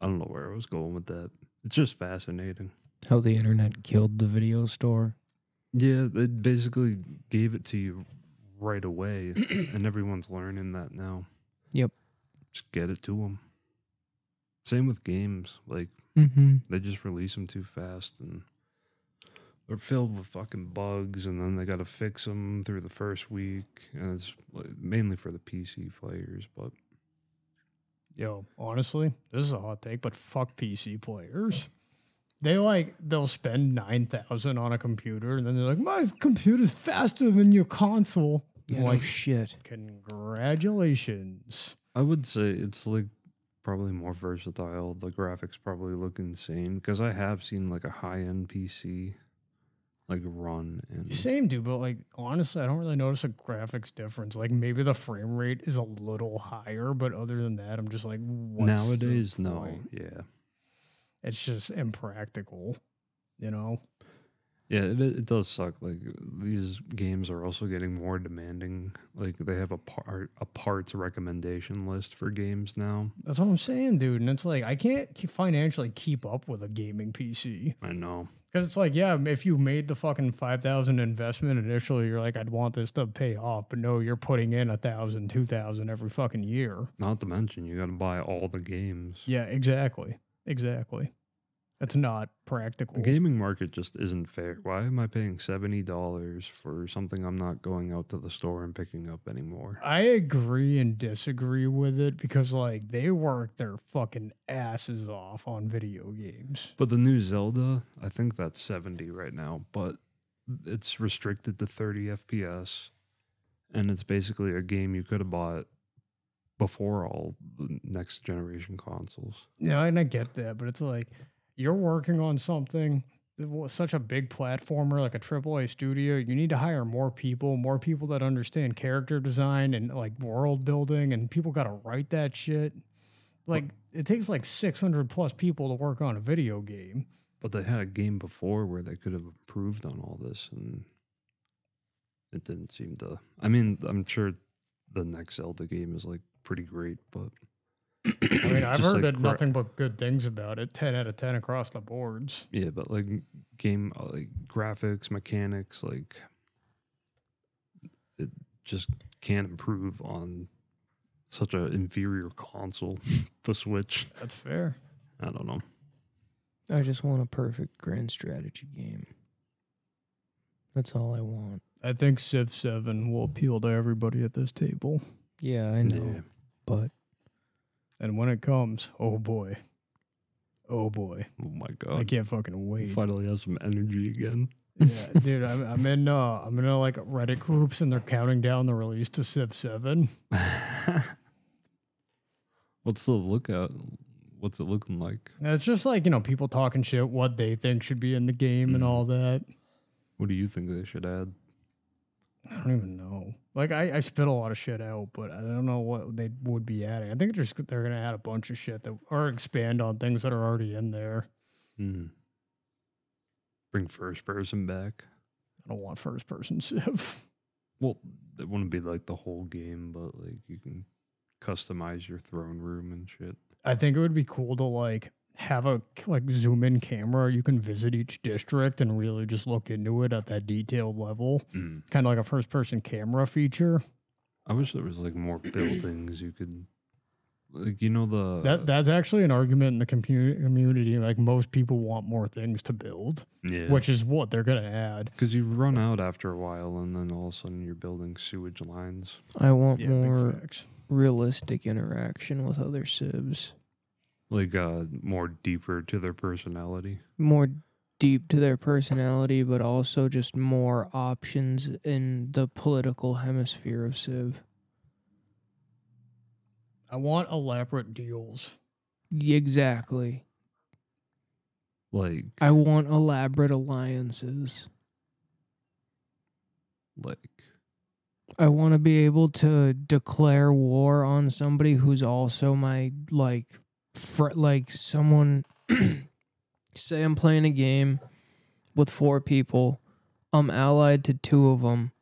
Speaker 3: I don't know where I was going with that. It's just fascinating.
Speaker 2: How the internet killed the video store.
Speaker 3: Yeah, they basically gave it to you right away and everyone's learning that now.
Speaker 2: Yep.
Speaker 3: just get it to them. Same with games, like
Speaker 2: Mm-hmm.
Speaker 3: they just release them too fast and they're filled with fucking bugs, and then they got to fix them through the first week, and it's like, mainly for the PC players. But
Speaker 1: Yo, honestly, this is a hot take, but fuck PC players. They like they'll spend nine thousand on a computer, and then they're like, "My computer's faster than your console."
Speaker 2: Yeah,
Speaker 1: I'm
Speaker 2: no
Speaker 1: Like,
Speaker 2: shit.
Speaker 1: congratulations.
Speaker 3: I would say it's like probably more versatile. The graphics probably look insane because I have seen like a high end PC like run and
Speaker 1: Same dude, but like honestly, I don't really notice a graphics difference. Like maybe the frame rate is a little higher, but other than that, I'm just like, what's the
Speaker 3: nowadays no,
Speaker 1: point?
Speaker 3: yeah.
Speaker 1: It's just impractical, you know.
Speaker 3: Yeah, it, it does suck. Like these games are also getting more demanding. Like they have a part a parts recommendation list for games now.
Speaker 1: That's what I'm saying, dude. And it's like I can't ke- financially keep up with a gaming PC
Speaker 3: I know.
Speaker 1: because it's like, yeah, if you made the fucking five thousand investment initially, you're like, I'd want this to pay off, but no, you're putting in a thousand, two thousand every fucking year.
Speaker 3: Not to mention you got to buy all the games.
Speaker 1: Yeah, exactly, exactly. That's not practical.
Speaker 3: The gaming market just isn't fair. Why am I paying seventy dollars for something I'm not going out to the store and picking up anymore?
Speaker 1: I agree and disagree with it because like they work their fucking asses off on video games.
Speaker 3: But the new Zelda, I think that's 70 right now, but it's restricted to 30 FPS. And it's basically a game you could have bought before all the next generation consoles.
Speaker 1: No, and I get that, but it's like you're working on something that was such a big platformer, like a AAA studio. You need to hire more people, more people that understand character design and like world building, and people got to write that shit. Like it takes like 600 plus people to work on a video game.
Speaker 3: But they had a game before where they could have improved on all this, and it didn't seem to. I mean, I'm sure the next Zelda game is like pretty great, but.
Speaker 1: I mean, I've
Speaker 3: Just,
Speaker 1: heard
Speaker 3: like,
Speaker 1: that
Speaker 3: gra-
Speaker 1: nothing but good things about it. 10 out of 10 across the boards.
Speaker 3: Yeah, but like game, uh, like graphics, mechanics, like it just can't improve on such an inferior console, the Switch.
Speaker 1: That's fair.
Speaker 3: I don't know.
Speaker 2: I just want a perfect grand strategy game. That's all I want.
Speaker 1: I think Civ 7 will appeal to everybody at this table.
Speaker 2: Yeah, I know.
Speaker 3: Yeah.
Speaker 2: But
Speaker 1: And when it comes, oh boy. Oh boy.
Speaker 3: Oh my
Speaker 1: I
Speaker 3: god!
Speaker 1: can't fucking
Speaker 3: I
Speaker 1: wait.
Speaker 3: finally have some energy again.
Speaker 1: yeah, dude, I'm, I'm in uh I'm in uh, like Reddit groups and they're counting down the release to Civ 7.
Speaker 3: What's the lookout? What's it looking like?
Speaker 1: And It's just like, you know, people talking shit what they think should be in the game and
Speaker 3: Mhm.
Speaker 1: all that.
Speaker 3: What do you think they should add?
Speaker 1: I don't even know. Like I, I spit a lot of shit out, but I don't know what they would be adding. I think they're just they're gonna add a bunch of shit that or expand on things that are already in there.
Speaker 3: Hmm. Bring first person back.
Speaker 1: I don't want first person Civ.
Speaker 3: Well, it wouldn't be like the whole game, but like you can customize your throne room and shit.
Speaker 1: I think it would be cool to like have a like zoom in camera. You can visit each district and really just look into it at that detailed level, kind of like a first person camera feature.
Speaker 3: I wish there was like more buildings you could, like you know the
Speaker 1: that that's actually an argument in the commu- community. Like most people want more things to build,
Speaker 3: yeah.
Speaker 1: which is what they're gonna add.
Speaker 3: because you run out after a while, and then all of a sudden you're building sewage lines.
Speaker 2: I want
Speaker 1: Yeah, big
Speaker 2: more
Speaker 1: facts.
Speaker 2: realistic interaction with other sibs.
Speaker 3: Like uh, more deeper to their personality.
Speaker 2: More deep to their personality, but also just more options in the political hemisphere of Civ.
Speaker 1: I want elaborate deals.
Speaker 2: Exactly.
Speaker 3: Like
Speaker 2: I want elaborate alliances.
Speaker 3: like
Speaker 2: I want to be able to declare war on somebody who's also my like fr- like someone say I'm playing a game with four people. I'm allied to two of them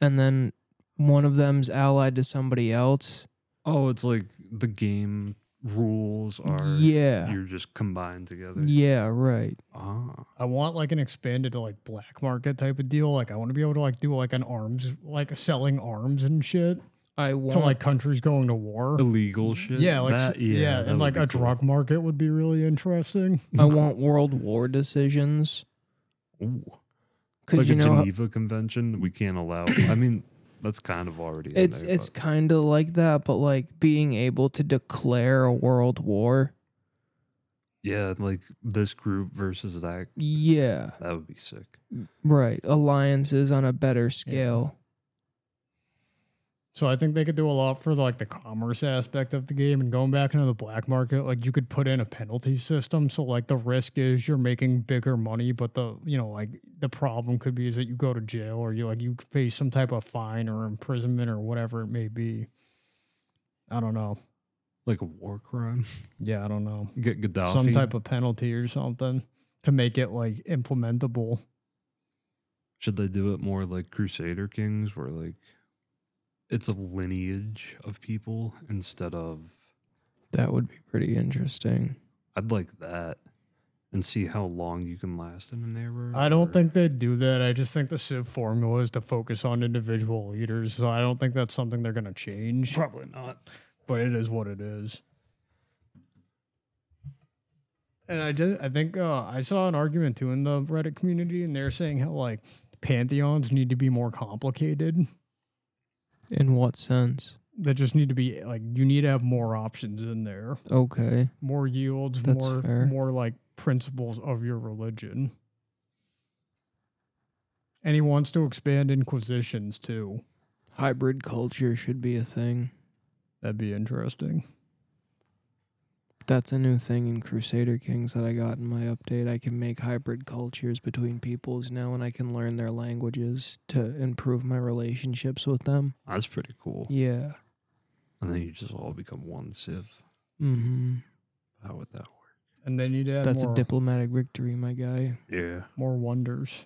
Speaker 2: and then one of them's allied to somebody else.
Speaker 3: oh, it's like the game rules are
Speaker 2: yeah.
Speaker 3: you're just combined together.
Speaker 2: Yeah, right.
Speaker 3: Ah,
Speaker 1: I want like an expanded like black market type of deal. Like I want to be able to like do like an arms like selling arms and shit
Speaker 2: I want
Speaker 1: to like countries going to war.
Speaker 3: illegal Oh, shit.
Speaker 1: Yeah, like
Speaker 3: That-
Speaker 1: s- yeah,
Speaker 3: yeah, that
Speaker 1: and
Speaker 3: would
Speaker 1: like
Speaker 3: be
Speaker 1: a
Speaker 3: cool.
Speaker 1: drug market would be really interesting.
Speaker 2: I want world war decisions
Speaker 3: Ooh.
Speaker 2: cuz
Speaker 3: like
Speaker 2: you
Speaker 3: a
Speaker 2: know how-
Speaker 3: Geneva Convention, we can't allow. I mean, that's kind of already. in
Speaker 2: It's
Speaker 3: there,
Speaker 2: it's
Speaker 3: but
Speaker 2: kind of like that, but like being able to declare a world war.
Speaker 3: yeah, like this group versus that.
Speaker 2: Yeah,
Speaker 3: That would be sick.
Speaker 2: right. Alliances on a better scale.
Speaker 1: So I think they could do a lot for like the commerce aspect of the game and going back into the black market. Like you could put in a penalty system, so like the risk is you're making bigger money, but the you know like the problem could be is that you go to jail or you like you face some type of fine or imprisonment or whatever it may be. I don't know.
Speaker 3: Like a war crime.
Speaker 1: Yeah, I don't know.
Speaker 3: Get Gaddafi.
Speaker 1: Some type of penalty or something to make it like implementable.
Speaker 3: Should they do it more like Crusader Kings, where like it's a lineage of people instead of?
Speaker 2: That would be pretty interesting.
Speaker 3: I'd like that, and see how long you can last in a neighborhood.
Speaker 1: I don't
Speaker 3: or-
Speaker 1: think they'd do that. I just think the Civ formula is to focus on individual leaders. So I don't think that's something they're going to change,
Speaker 3: probably not.
Speaker 1: but it is what it is. And I did, I think uh, I saw an argument too in the Reddit community, and they're saying how like pantheons need to be more complicated.
Speaker 2: In what sense?
Speaker 1: They just need to be like, you need to have more options in there.
Speaker 2: Okay.
Speaker 1: more yields,
Speaker 2: That's
Speaker 1: more
Speaker 2: fair.
Speaker 1: more like principles of your religion. And he wants to expand inquisitions too.
Speaker 2: Hybrid culture should be a thing.
Speaker 1: That'd be interesting.
Speaker 2: That's a new thing in Crusader Kings that I got in my update. I can make hybrid cultures between peoples now and I can learn their languages to improve my relationships with them.
Speaker 3: That's pretty cool.
Speaker 2: Yeah.
Speaker 3: And then you just all become one Civ.
Speaker 2: Mm-hmm.
Speaker 3: How would that work?
Speaker 1: And then you'd add
Speaker 2: That's
Speaker 1: more,
Speaker 2: a diplomatic victory, my guy.
Speaker 3: Yeah,
Speaker 1: more wonders.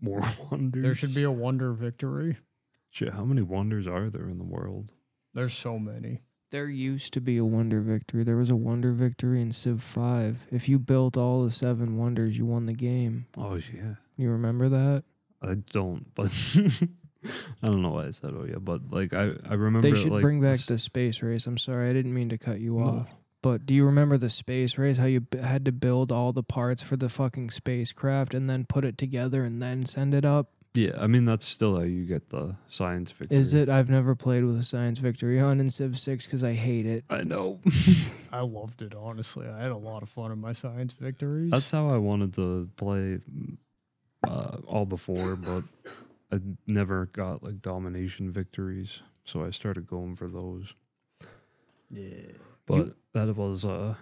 Speaker 3: more wonders.
Speaker 1: There should be a wonder victory.
Speaker 3: Shit, how many wonders are there in the world?
Speaker 1: There's so many.
Speaker 2: There used to be a wonder victory. There was a wonder victory in Civ 5. If you built all the seven wonders, you won the game.
Speaker 3: Oh yeah,
Speaker 2: You remember that?
Speaker 3: I don't. But I don't know why I said oh yeah, but like I I remember
Speaker 2: they should
Speaker 3: like,
Speaker 2: bring back
Speaker 3: s-
Speaker 2: the space race. I'm sorry, I didn't mean to cut you
Speaker 3: No.
Speaker 2: off. But do you remember the space race? How you b- had to build all the parts for the fucking spacecraft and then put it together and then send it up?
Speaker 3: Yeah, I mean that's still how you get the science fiction.
Speaker 2: Is it? I've never played with a science victory on in Civ 6 because I hate it.
Speaker 3: I know.
Speaker 1: I loved it honestly. I had a lot of fun in my science victories.
Speaker 3: That's how I wanted to play uh, all before, but I never got like domination victories, so I started going for those.
Speaker 1: yeah.
Speaker 3: But that was uh,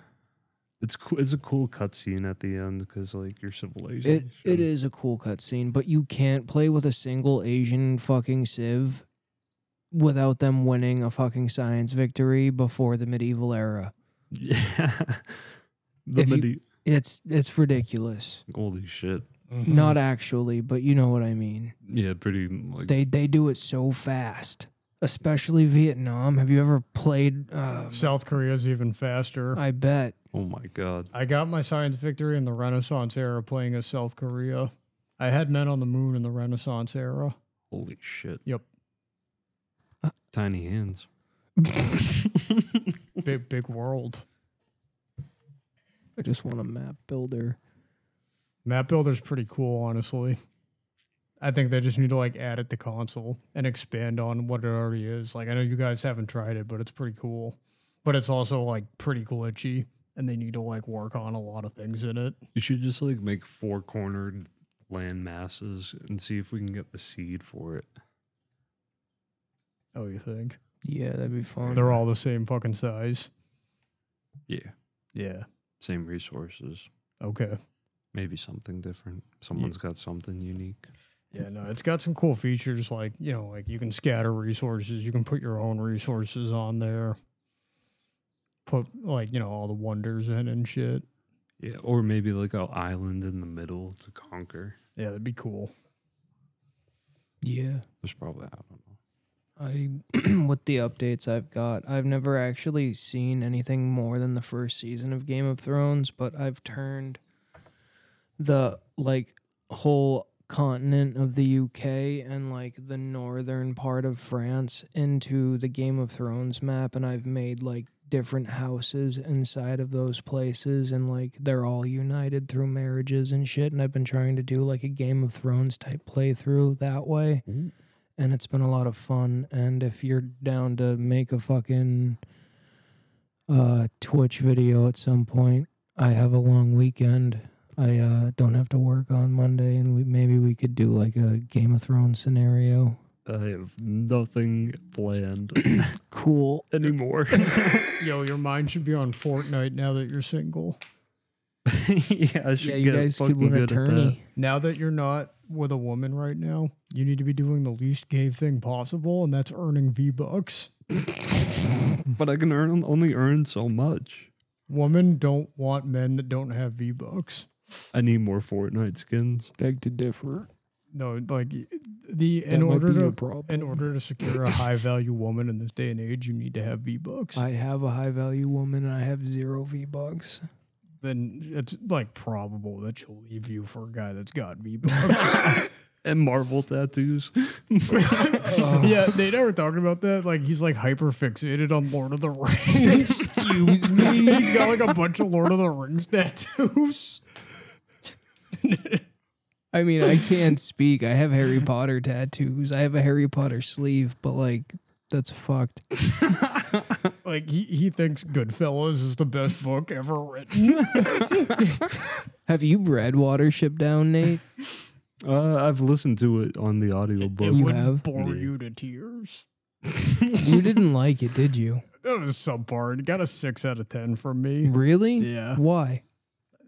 Speaker 3: it's coo- it's a cool cutscene at the end because like your civilization.
Speaker 2: It it is a cool cutscene, but you can't play with a single Asian fucking civ without them winning a fucking science victory before the medieval era.
Speaker 3: Yeah. the
Speaker 2: If you-
Speaker 3: medi-
Speaker 2: It's it's ridiculous.
Speaker 3: holy shit.
Speaker 1: Mm-hmm.
Speaker 2: Not actually, but you know what I mean.
Speaker 3: Yeah, pretty like
Speaker 2: They they do it so fast, especially Vietnam. Have you ever played? Um,
Speaker 1: Mm-hmm. South Korea's even faster.
Speaker 2: I bet.
Speaker 3: oh my god.
Speaker 1: I got my science victory in the Renaissance era playing as South Korea. I had men on the moon in the Renaissance era.
Speaker 3: Holy shit.
Speaker 1: Yep.
Speaker 2: Uh,
Speaker 3: Tiny hands.
Speaker 1: Big big world.
Speaker 2: I just want a map builder.
Speaker 1: Map Builder's pretty cool, honestly. I think they just need to like add it to console and expand on what it already is. Like I know you guys haven't tried it, but it's pretty cool. But it's also like pretty glitchy and they need to like work on a lot of things in it.
Speaker 3: You should just like make four cornered land masses and see if we can get the seed for it.
Speaker 1: Oh, you think?
Speaker 2: Yeah, that'd be fun.
Speaker 1: They're all the same fucking size.
Speaker 3: Yeah.
Speaker 1: Yeah.
Speaker 3: Same resources.
Speaker 1: Okay.
Speaker 3: Maybe something different. Someone's got something unique.
Speaker 1: Yeah, no, it's got some cool features like, you know, like you can scatter resources, you can put your own resources on there. Put like, you know, all the wonders in and shit.
Speaker 3: Yeah. Or maybe like an island in the middle to conquer.
Speaker 1: Yeah, that'd be cool.
Speaker 2: yeah.
Speaker 3: There's probably I don't know.
Speaker 2: I with the updates I've got, I've never actually seen anything more than the first season of Game of Thrones, but I've turned the like whole continent of the UK and like the northern part of France into the Game of Thrones map and I've made like different houses inside of those places and like they're all united through marriages and shit and I've been trying to do like a Game of Thrones type playthrough that way and it's been a lot of fun. And if you're down to make a fucking uh, Twitch video at some point, I have a long weekend. I uh, don't have to work on Monday, and we, maybe we could do like a Game of Thrones scenario.
Speaker 3: I have nothing planned
Speaker 2: Cool.
Speaker 3: anymore.
Speaker 1: Yo, your mind should be on Fortnite now that you're single.
Speaker 3: yeah, I should
Speaker 2: Yeah,
Speaker 3: get
Speaker 2: you guys could
Speaker 3: fucking
Speaker 2: win
Speaker 3: good
Speaker 2: a
Speaker 3: at that.
Speaker 2: tourney.
Speaker 1: Now that you're not with a woman right now, you need to be doing the least gay thing possible, and that's earning V Bucks.
Speaker 3: but I can earn only earn so much.
Speaker 1: Women don't want men that don't have V bucks.
Speaker 3: I need more Fortnite skins.
Speaker 2: Beg to differ.
Speaker 1: No, like the
Speaker 2: That
Speaker 1: in
Speaker 2: might
Speaker 1: order
Speaker 2: be your
Speaker 1: to
Speaker 2: problem.
Speaker 1: in order to secure a high value woman in this day and age, you need to have V bucks.
Speaker 2: I have a high value woman and I have zero V bucks.
Speaker 1: Then it's like probable that she'll leave you for a guy that's got V
Speaker 2: Uh-huh.
Speaker 1: bucks.
Speaker 3: And Marvel tattoos.
Speaker 1: yeah, they never talked about that. Like he's like hyper fixated on Lord of the Rings. Excuse me. he's got like a bunch of Lord of the Rings tattoos.
Speaker 2: I mean, I can't speak. I have Harry Potter tattoos. I have a Harry Potter sleeve, but like, that's fucked.
Speaker 1: Like he, he thinks Goodfellas is the best book ever written.
Speaker 2: Have you read Watership Down, Nate?
Speaker 3: Uh, I've listened to it on the audiobook.
Speaker 1: It
Speaker 2: You
Speaker 1: would
Speaker 2: have?
Speaker 1: bore
Speaker 3: Yeah.
Speaker 1: you to tears.
Speaker 2: you didn't like it, did you?
Speaker 1: That was subpar. It got a six out of ten from me.
Speaker 2: Really?
Speaker 1: Yeah.
Speaker 2: Why?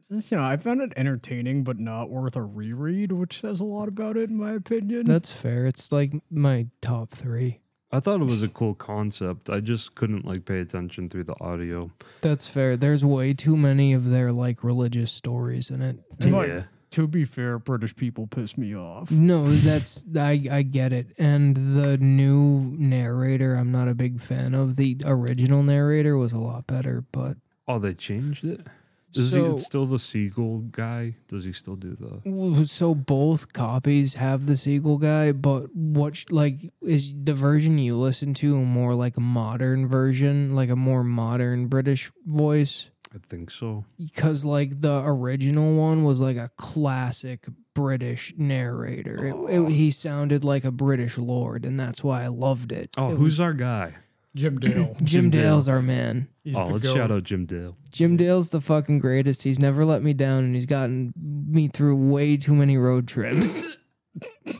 Speaker 1: You know, I found it entertaining but not worth a reread, which says a lot about it in my opinion.
Speaker 2: That's fair. It's like my top three.
Speaker 3: I thought it was a cool concept. I just couldn't like pay attention through the audio.
Speaker 2: That's fair. There's way too many of their like religious stories in it.
Speaker 1: And, like,
Speaker 3: Yeah.
Speaker 1: to be fair, British people piss me off.
Speaker 2: No, that's I I get it. And the new narrator, I'm not a big fan of. The original narrator was a lot better, but
Speaker 3: Oh, they changed it. Is he
Speaker 2: so
Speaker 3: it's still the seagull guy? Does he still do the?
Speaker 2: w- so both copies have the sequel guy, but what sh- like is the version you listen to more like a modern version, like a more modern British voice?
Speaker 3: I think so.
Speaker 2: because like the original one was like a classic British narrator. It- It, he sounded like a British lord, and that's why I loved it.
Speaker 3: Oh,
Speaker 2: It
Speaker 3: who's our guy?
Speaker 1: Jim Dale.
Speaker 2: was- Jim,
Speaker 3: Jim Dale.
Speaker 2: Dale's our man.
Speaker 1: He's
Speaker 3: oh,
Speaker 1: the
Speaker 3: let's
Speaker 1: goat.
Speaker 3: shout out Jim Dale.
Speaker 2: Jim Dale's the fucking greatest. He's never let me down, and he's gotten me through way too many road trips.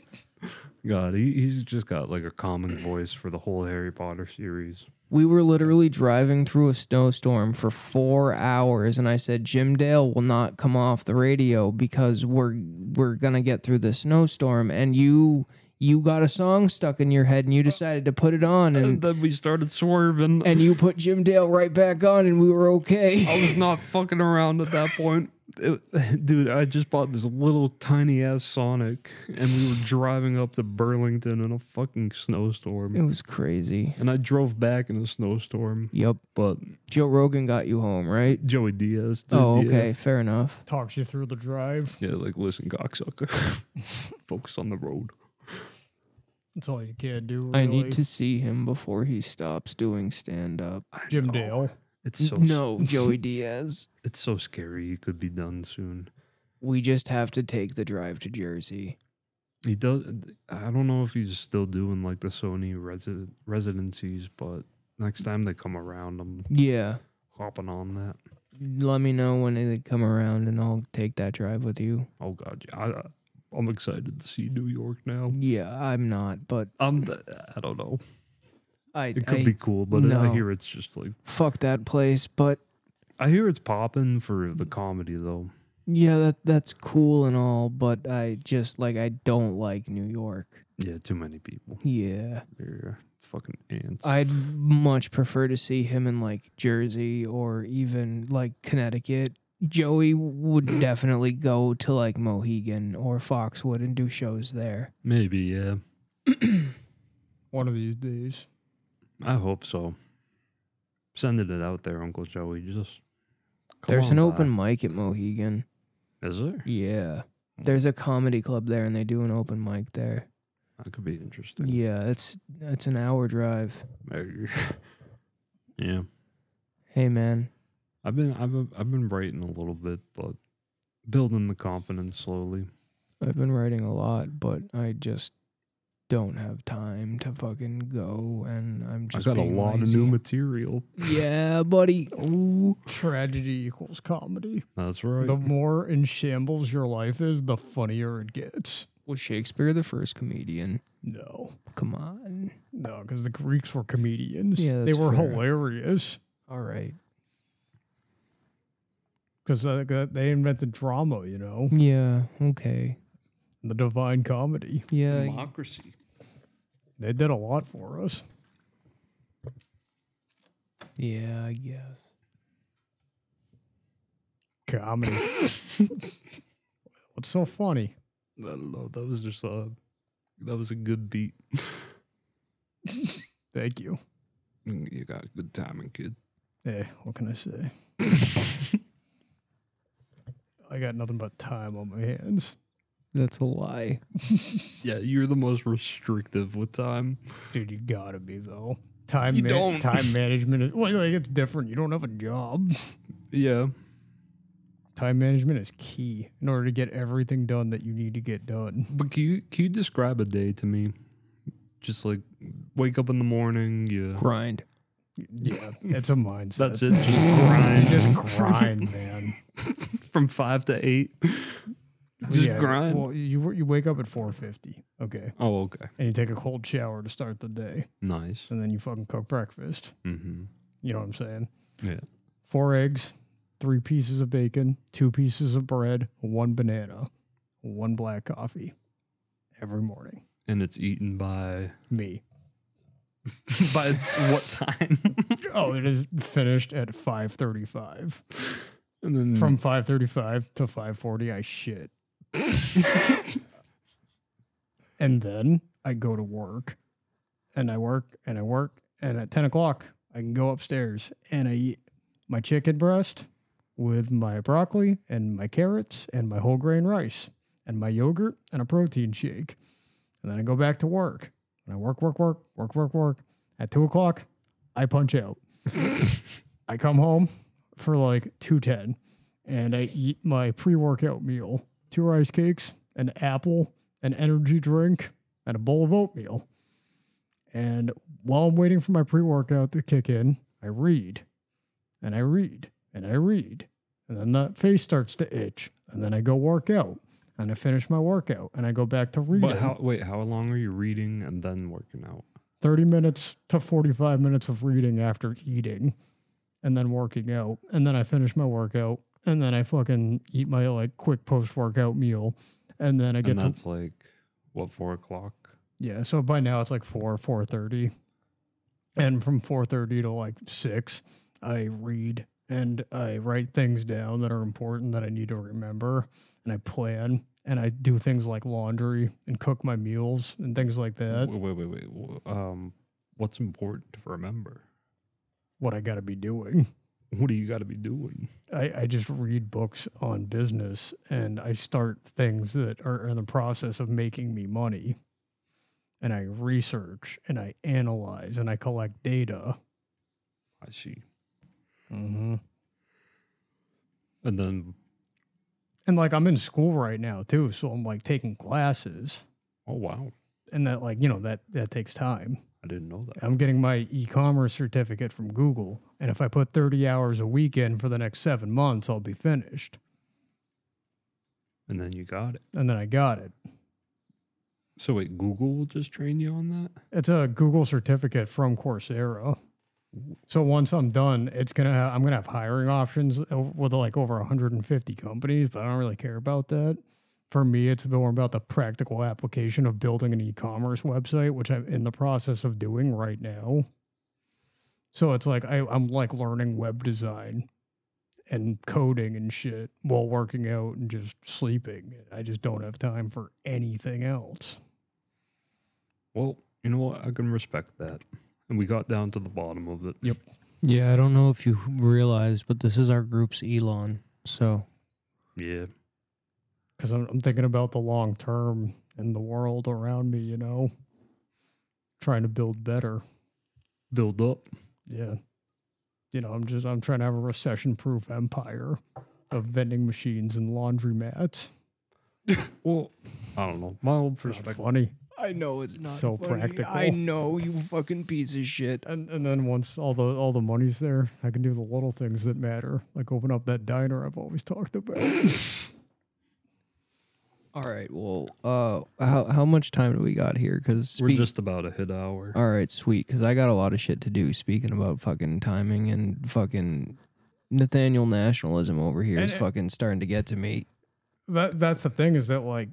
Speaker 3: God, he, he's just got like a common voice for the whole Harry Potter series.
Speaker 2: we were literally driving through a snowstorm for four hours, and I said Jim Dale will not come off the radio because we're we're gonna get through this snowstorm, and you. You got a song stuck in your head and you decided to put it on and
Speaker 3: And then we started swerving.
Speaker 2: and you put Jim Dale right back on, and we were okay.
Speaker 3: I was not fucking around at that point. It- dude, I just bought this little tiny ass Sonic and we were driving up to Burlington in a fucking
Speaker 2: It
Speaker 3: snowstorm.
Speaker 2: was crazy.
Speaker 3: And I drove back in a snowstorm,
Speaker 2: Yep.
Speaker 3: but
Speaker 2: Joe Rogan got you home, right?
Speaker 3: Joey Diaz. Dude,
Speaker 2: Oh,
Speaker 3: yeah.
Speaker 2: okay. Fair enough.
Speaker 1: Talks you through the drive.
Speaker 3: Yeah, like listen, cocksucker. Focus on the road.
Speaker 1: That's all you can do. Really.
Speaker 2: I need to see him before he stops doing stand up.
Speaker 1: Jim Dale.
Speaker 3: It's so
Speaker 2: No, Joey Diaz.
Speaker 3: it's so scary. He could be done soon.
Speaker 2: We just have to take the drive to Jersey.
Speaker 3: He does. I don't know if he's still doing like the Sony resi- residencies, but next time they come around, I'm
Speaker 2: Yeah.
Speaker 3: hopping on that.
Speaker 2: Let me know when they come around, and I'll take that drive with you.
Speaker 3: Oh God, yeah, I, I'm excited to see New York now.
Speaker 2: Yeah, I'm not, but
Speaker 3: I'm. I don't know.
Speaker 2: I,
Speaker 3: It could
Speaker 2: I-
Speaker 3: be cool, but I
Speaker 2: no.
Speaker 3: hear it's just like
Speaker 2: fuck that place. But
Speaker 3: I hear it's popping for the comedy though.
Speaker 2: yeah, that that's cool and all, but I just like I don't like New York.
Speaker 3: Yeah, too many people. Uh,
Speaker 2: Yeah.
Speaker 3: They're fucking ants.
Speaker 2: I'd much prefer to see him in like Jersey or even like Connecticut. Joey would definitely go to like Mohegan or Foxwood and do shows there.
Speaker 3: Maybe yeah.
Speaker 1: One of these days.
Speaker 3: I hope so. Sending it out there, Uncle Joey. Just come
Speaker 2: There's
Speaker 3: on
Speaker 2: an
Speaker 3: by.
Speaker 2: open mic at Mohegan.
Speaker 3: Is there?
Speaker 2: Yeah. There's a comedy club there and they do an open mic there.
Speaker 3: That could be interesting.
Speaker 2: Yeah, it's it's an hour drive.
Speaker 3: Maybe. yeah.
Speaker 2: Hey man,
Speaker 3: I've been I've been, I've been writing a little bit, but building the confidence slowly.
Speaker 2: I've been writing a lot, but I just don't have time to fucking go and I'm just
Speaker 3: I got a
Speaker 2: being
Speaker 3: lot
Speaker 2: lazy.
Speaker 3: of new material.
Speaker 2: Yeah, buddy.
Speaker 1: Ooh, tragedy equals comedy.
Speaker 3: That's right.
Speaker 1: The more in shambles your life is, the funnier it gets.
Speaker 2: Was Shakespeare the first comedian?
Speaker 1: No,
Speaker 2: Come on.
Speaker 1: no, because the Greeks were comedians.
Speaker 2: Yeah,
Speaker 1: they
Speaker 2: that's
Speaker 1: were
Speaker 2: fair.
Speaker 1: hilarious
Speaker 2: All right.
Speaker 1: because uh, they invented drama, you know,
Speaker 2: Yeah, okay.
Speaker 1: the divine comedy.
Speaker 2: Yeah.
Speaker 3: Democracy.
Speaker 1: They did a lot for us.
Speaker 2: Yeah, I guess.
Speaker 1: Comedy. What's so funny?
Speaker 3: I don't know. That was just a that was a good beat.
Speaker 1: Thank you.
Speaker 3: Mm, You got good timing, kid.
Speaker 1: Hey, what can I say? I got nothing but time on my hands.
Speaker 2: That's a lie.
Speaker 3: Yeah, you're the most restrictive with time.
Speaker 1: Dude, you gotta be though. Time
Speaker 3: You
Speaker 1: man-
Speaker 3: don't.
Speaker 1: time management is well, like it's different. You don't have a job.
Speaker 3: Yeah,
Speaker 1: Time management is key in order to get everything done that you need to get done.
Speaker 3: but can you can you describe a day to me? Just like wake up in the morning. Yeah,
Speaker 2: Grind.
Speaker 1: Yeah, it's a mindset.
Speaker 3: that's it. Just grind.
Speaker 1: Just grind, man.
Speaker 3: from five to eight. Just
Speaker 1: Yeah,
Speaker 3: grind.
Speaker 1: Well, you you wake up at four fifty, okay,
Speaker 3: oh, okay.
Speaker 1: and you take a cold shower to start the day,
Speaker 3: Nice.
Speaker 1: and then you fucking cook breakfast.
Speaker 3: Mm-hmm.
Speaker 1: You know what I'm saying?
Speaker 3: Yeah.
Speaker 1: Four eggs, three pieces of bacon, two pieces of bread, one banana, one black coffee every morning.
Speaker 3: And it's eaten by
Speaker 1: Me.
Speaker 3: by what time?
Speaker 1: Oh, it is finished at 5:35.
Speaker 3: and then
Speaker 1: From 5:35 to 5:40 I shit. and then I go to work. And I work and I work and at 10 o'clock I can go upstairs and I eat my chicken breast with my broccoli and my carrots and my whole grain rice and my yogurt and a protein shake. And then I go back to work. And I work, work, work, work, work, work. At two o'clock, I punch out. I come home for like 210 and I eat my pre workout meal two rice cakes, an apple, an energy drink, and a bowl of oatmeal. And while I'm waiting for my pre workout to kick in, I read and I read and I read. And then that face starts to itch. And then I go work out and I finish my workout and I go back to reading.
Speaker 3: But how? Wait, how long are you reading and then working out?
Speaker 1: 30 minutes to 45 minutes of reading after eating and then working out. And then I finish my workout and then I fucking eat my like quick post workout meal. And then I get
Speaker 3: And
Speaker 1: to,
Speaker 3: that's like what four o'clock.
Speaker 1: yeah. So by now it's like four, 4.30 and from 4.30 to like six, I read and I write things down that are important that I need to remember. And I plan and I do things like laundry and cook my meals and things like that.
Speaker 3: wait, wait, wait, wait. w- Um, what's important to remember?
Speaker 1: What I got to be doing.
Speaker 3: What do you got to be doing?
Speaker 1: I, I just read books on business and I start things that are in the process of making me money. And I research and I analyze and I collect data.
Speaker 3: I see.
Speaker 1: Mm-hmm.
Speaker 3: And then
Speaker 1: And like I'm in school right now too. So I'm like taking classes
Speaker 3: oh wow,
Speaker 1: and that, like, you know, that, that takes time.
Speaker 3: I didn't know that.
Speaker 1: I'm getting my e commerce certificate from Google. And if I put 30 hours a week in for the next seven months, I'll be finished.
Speaker 3: And then you got it.
Speaker 1: And then I got it.
Speaker 3: So wait, Google will just train you on that?
Speaker 1: It's a Google certificate from Coursera. So once I'm done, it's gonna ha- I'm gonna have hiring options o- with like over 150 companies, but I don't really care about that. For me, it's more about the practical application of building an e-commerce website, which I'm in the process of doing right now. So it's like I, I'm like learning web design and coding and shit while working out and just sleeping. I just don't have time for anything else.
Speaker 3: Well, you know what? I can respect that. And we got down to the bottom of it. Yep.
Speaker 2: Yeah, I don't know if you realize, but this is our group's Elon. So
Speaker 3: Yeah.
Speaker 1: because I'm, I'm thinking about the long term and the world around me, you know, trying to build better.
Speaker 3: Build up.
Speaker 1: Yeah. You know, I'm just, I'm trying to have a recession proof empire of vending machines and laundromats.
Speaker 3: Well, I don't know. My old
Speaker 1: Not
Speaker 3: perspective.
Speaker 1: funny.
Speaker 2: I know it's not
Speaker 1: So funny. practical. I
Speaker 2: I know you fucking piece of shit.
Speaker 1: And, and then once all the, all the money's there, I can do the little things that matter, like open up that diner I've always talked about.
Speaker 2: All right. Well, uh, how how much time do we got here? Because
Speaker 3: We're just about a hit hour.
Speaker 2: all right, sweet. Because I got a lot of shit to do. Speaking about fucking timing and fucking Nathaniel nationalism over here is
Speaker 1: And- uh,
Speaker 2: fucking starting to get to me.
Speaker 1: that, that's the thing is that like,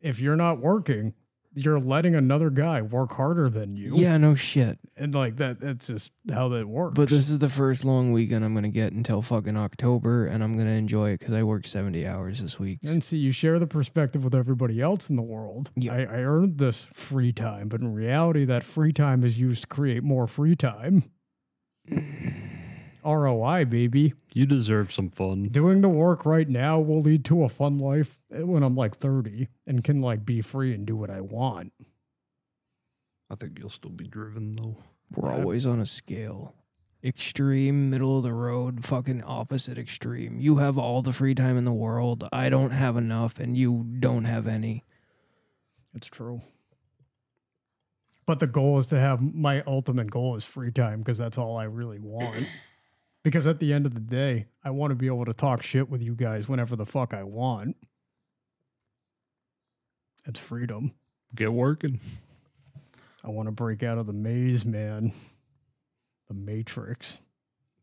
Speaker 1: if you're not working, you're letting another guy work harder than you.
Speaker 2: Yeah, no shit.
Speaker 1: And like that that's just how that works.
Speaker 2: But this is the first long weekend I'm gonna get until fucking October, and I'm gonna enjoy it because I worked 70 hours this week.
Speaker 1: and see, you share the perspective with everybody else in the world.
Speaker 2: Yeah.
Speaker 1: I, I earned this free time, but in reality, that free time is used to create more free time. ROI, baby.
Speaker 3: You deserve some fun.
Speaker 1: Doing the work right now will lead to a fun life when I'm like 30 and can like be free and do what I want.
Speaker 3: I think you'll still be driven though.
Speaker 2: We're
Speaker 1: Yeah.
Speaker 2: always on a scale. Extreme, middle of the road, fucking opposite extreme. You have all the free time in the world. I don't have enough, and you don't have any.
Speaker 1: It's true. But the goal is to have my ultimate goal is free time because that's all I really want. because at the end of the day, I want to be able to talk shit with you guys whenever the fuck I want. It's freedom.
Speaker 3: Get working.
Speaker 1: I want to break out of the maze, man. The matrix.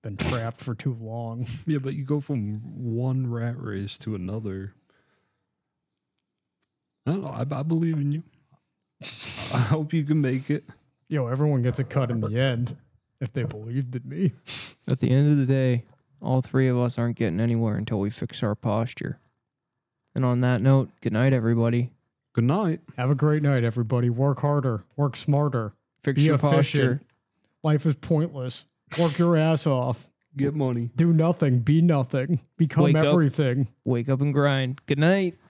Speaker 1: Been trapped for too long.
Speaker 3: Yeah, but you go from one rat race to another. I don't know. I, I believe in you. I hope you can make it.
Speaker 1: Yo, everyone gets a cut in the end if they believed in me.
Speaker 2: At the end of the day, all three of us aren't getting anywhere until we fix our posture. And on that note, good night, everybody.
Speaker 3: Good night.
Speaker 1: Have a great night, everybody. Work harder, work smarter.
Speaker 2: Fix
Speaker 1: Be
Speaker 2: your
Speaker 1: efficient.
Speaker 2: posture.
Speaker 1: Life is pointless. Work your ass off.
Speaker 3: Get money.
Speaker 1: Do nothing. Be nothing. Become
Speaker 2: Wake up.
Speaker 1: everything.
Speaker 2: Wake up and grind. Good night.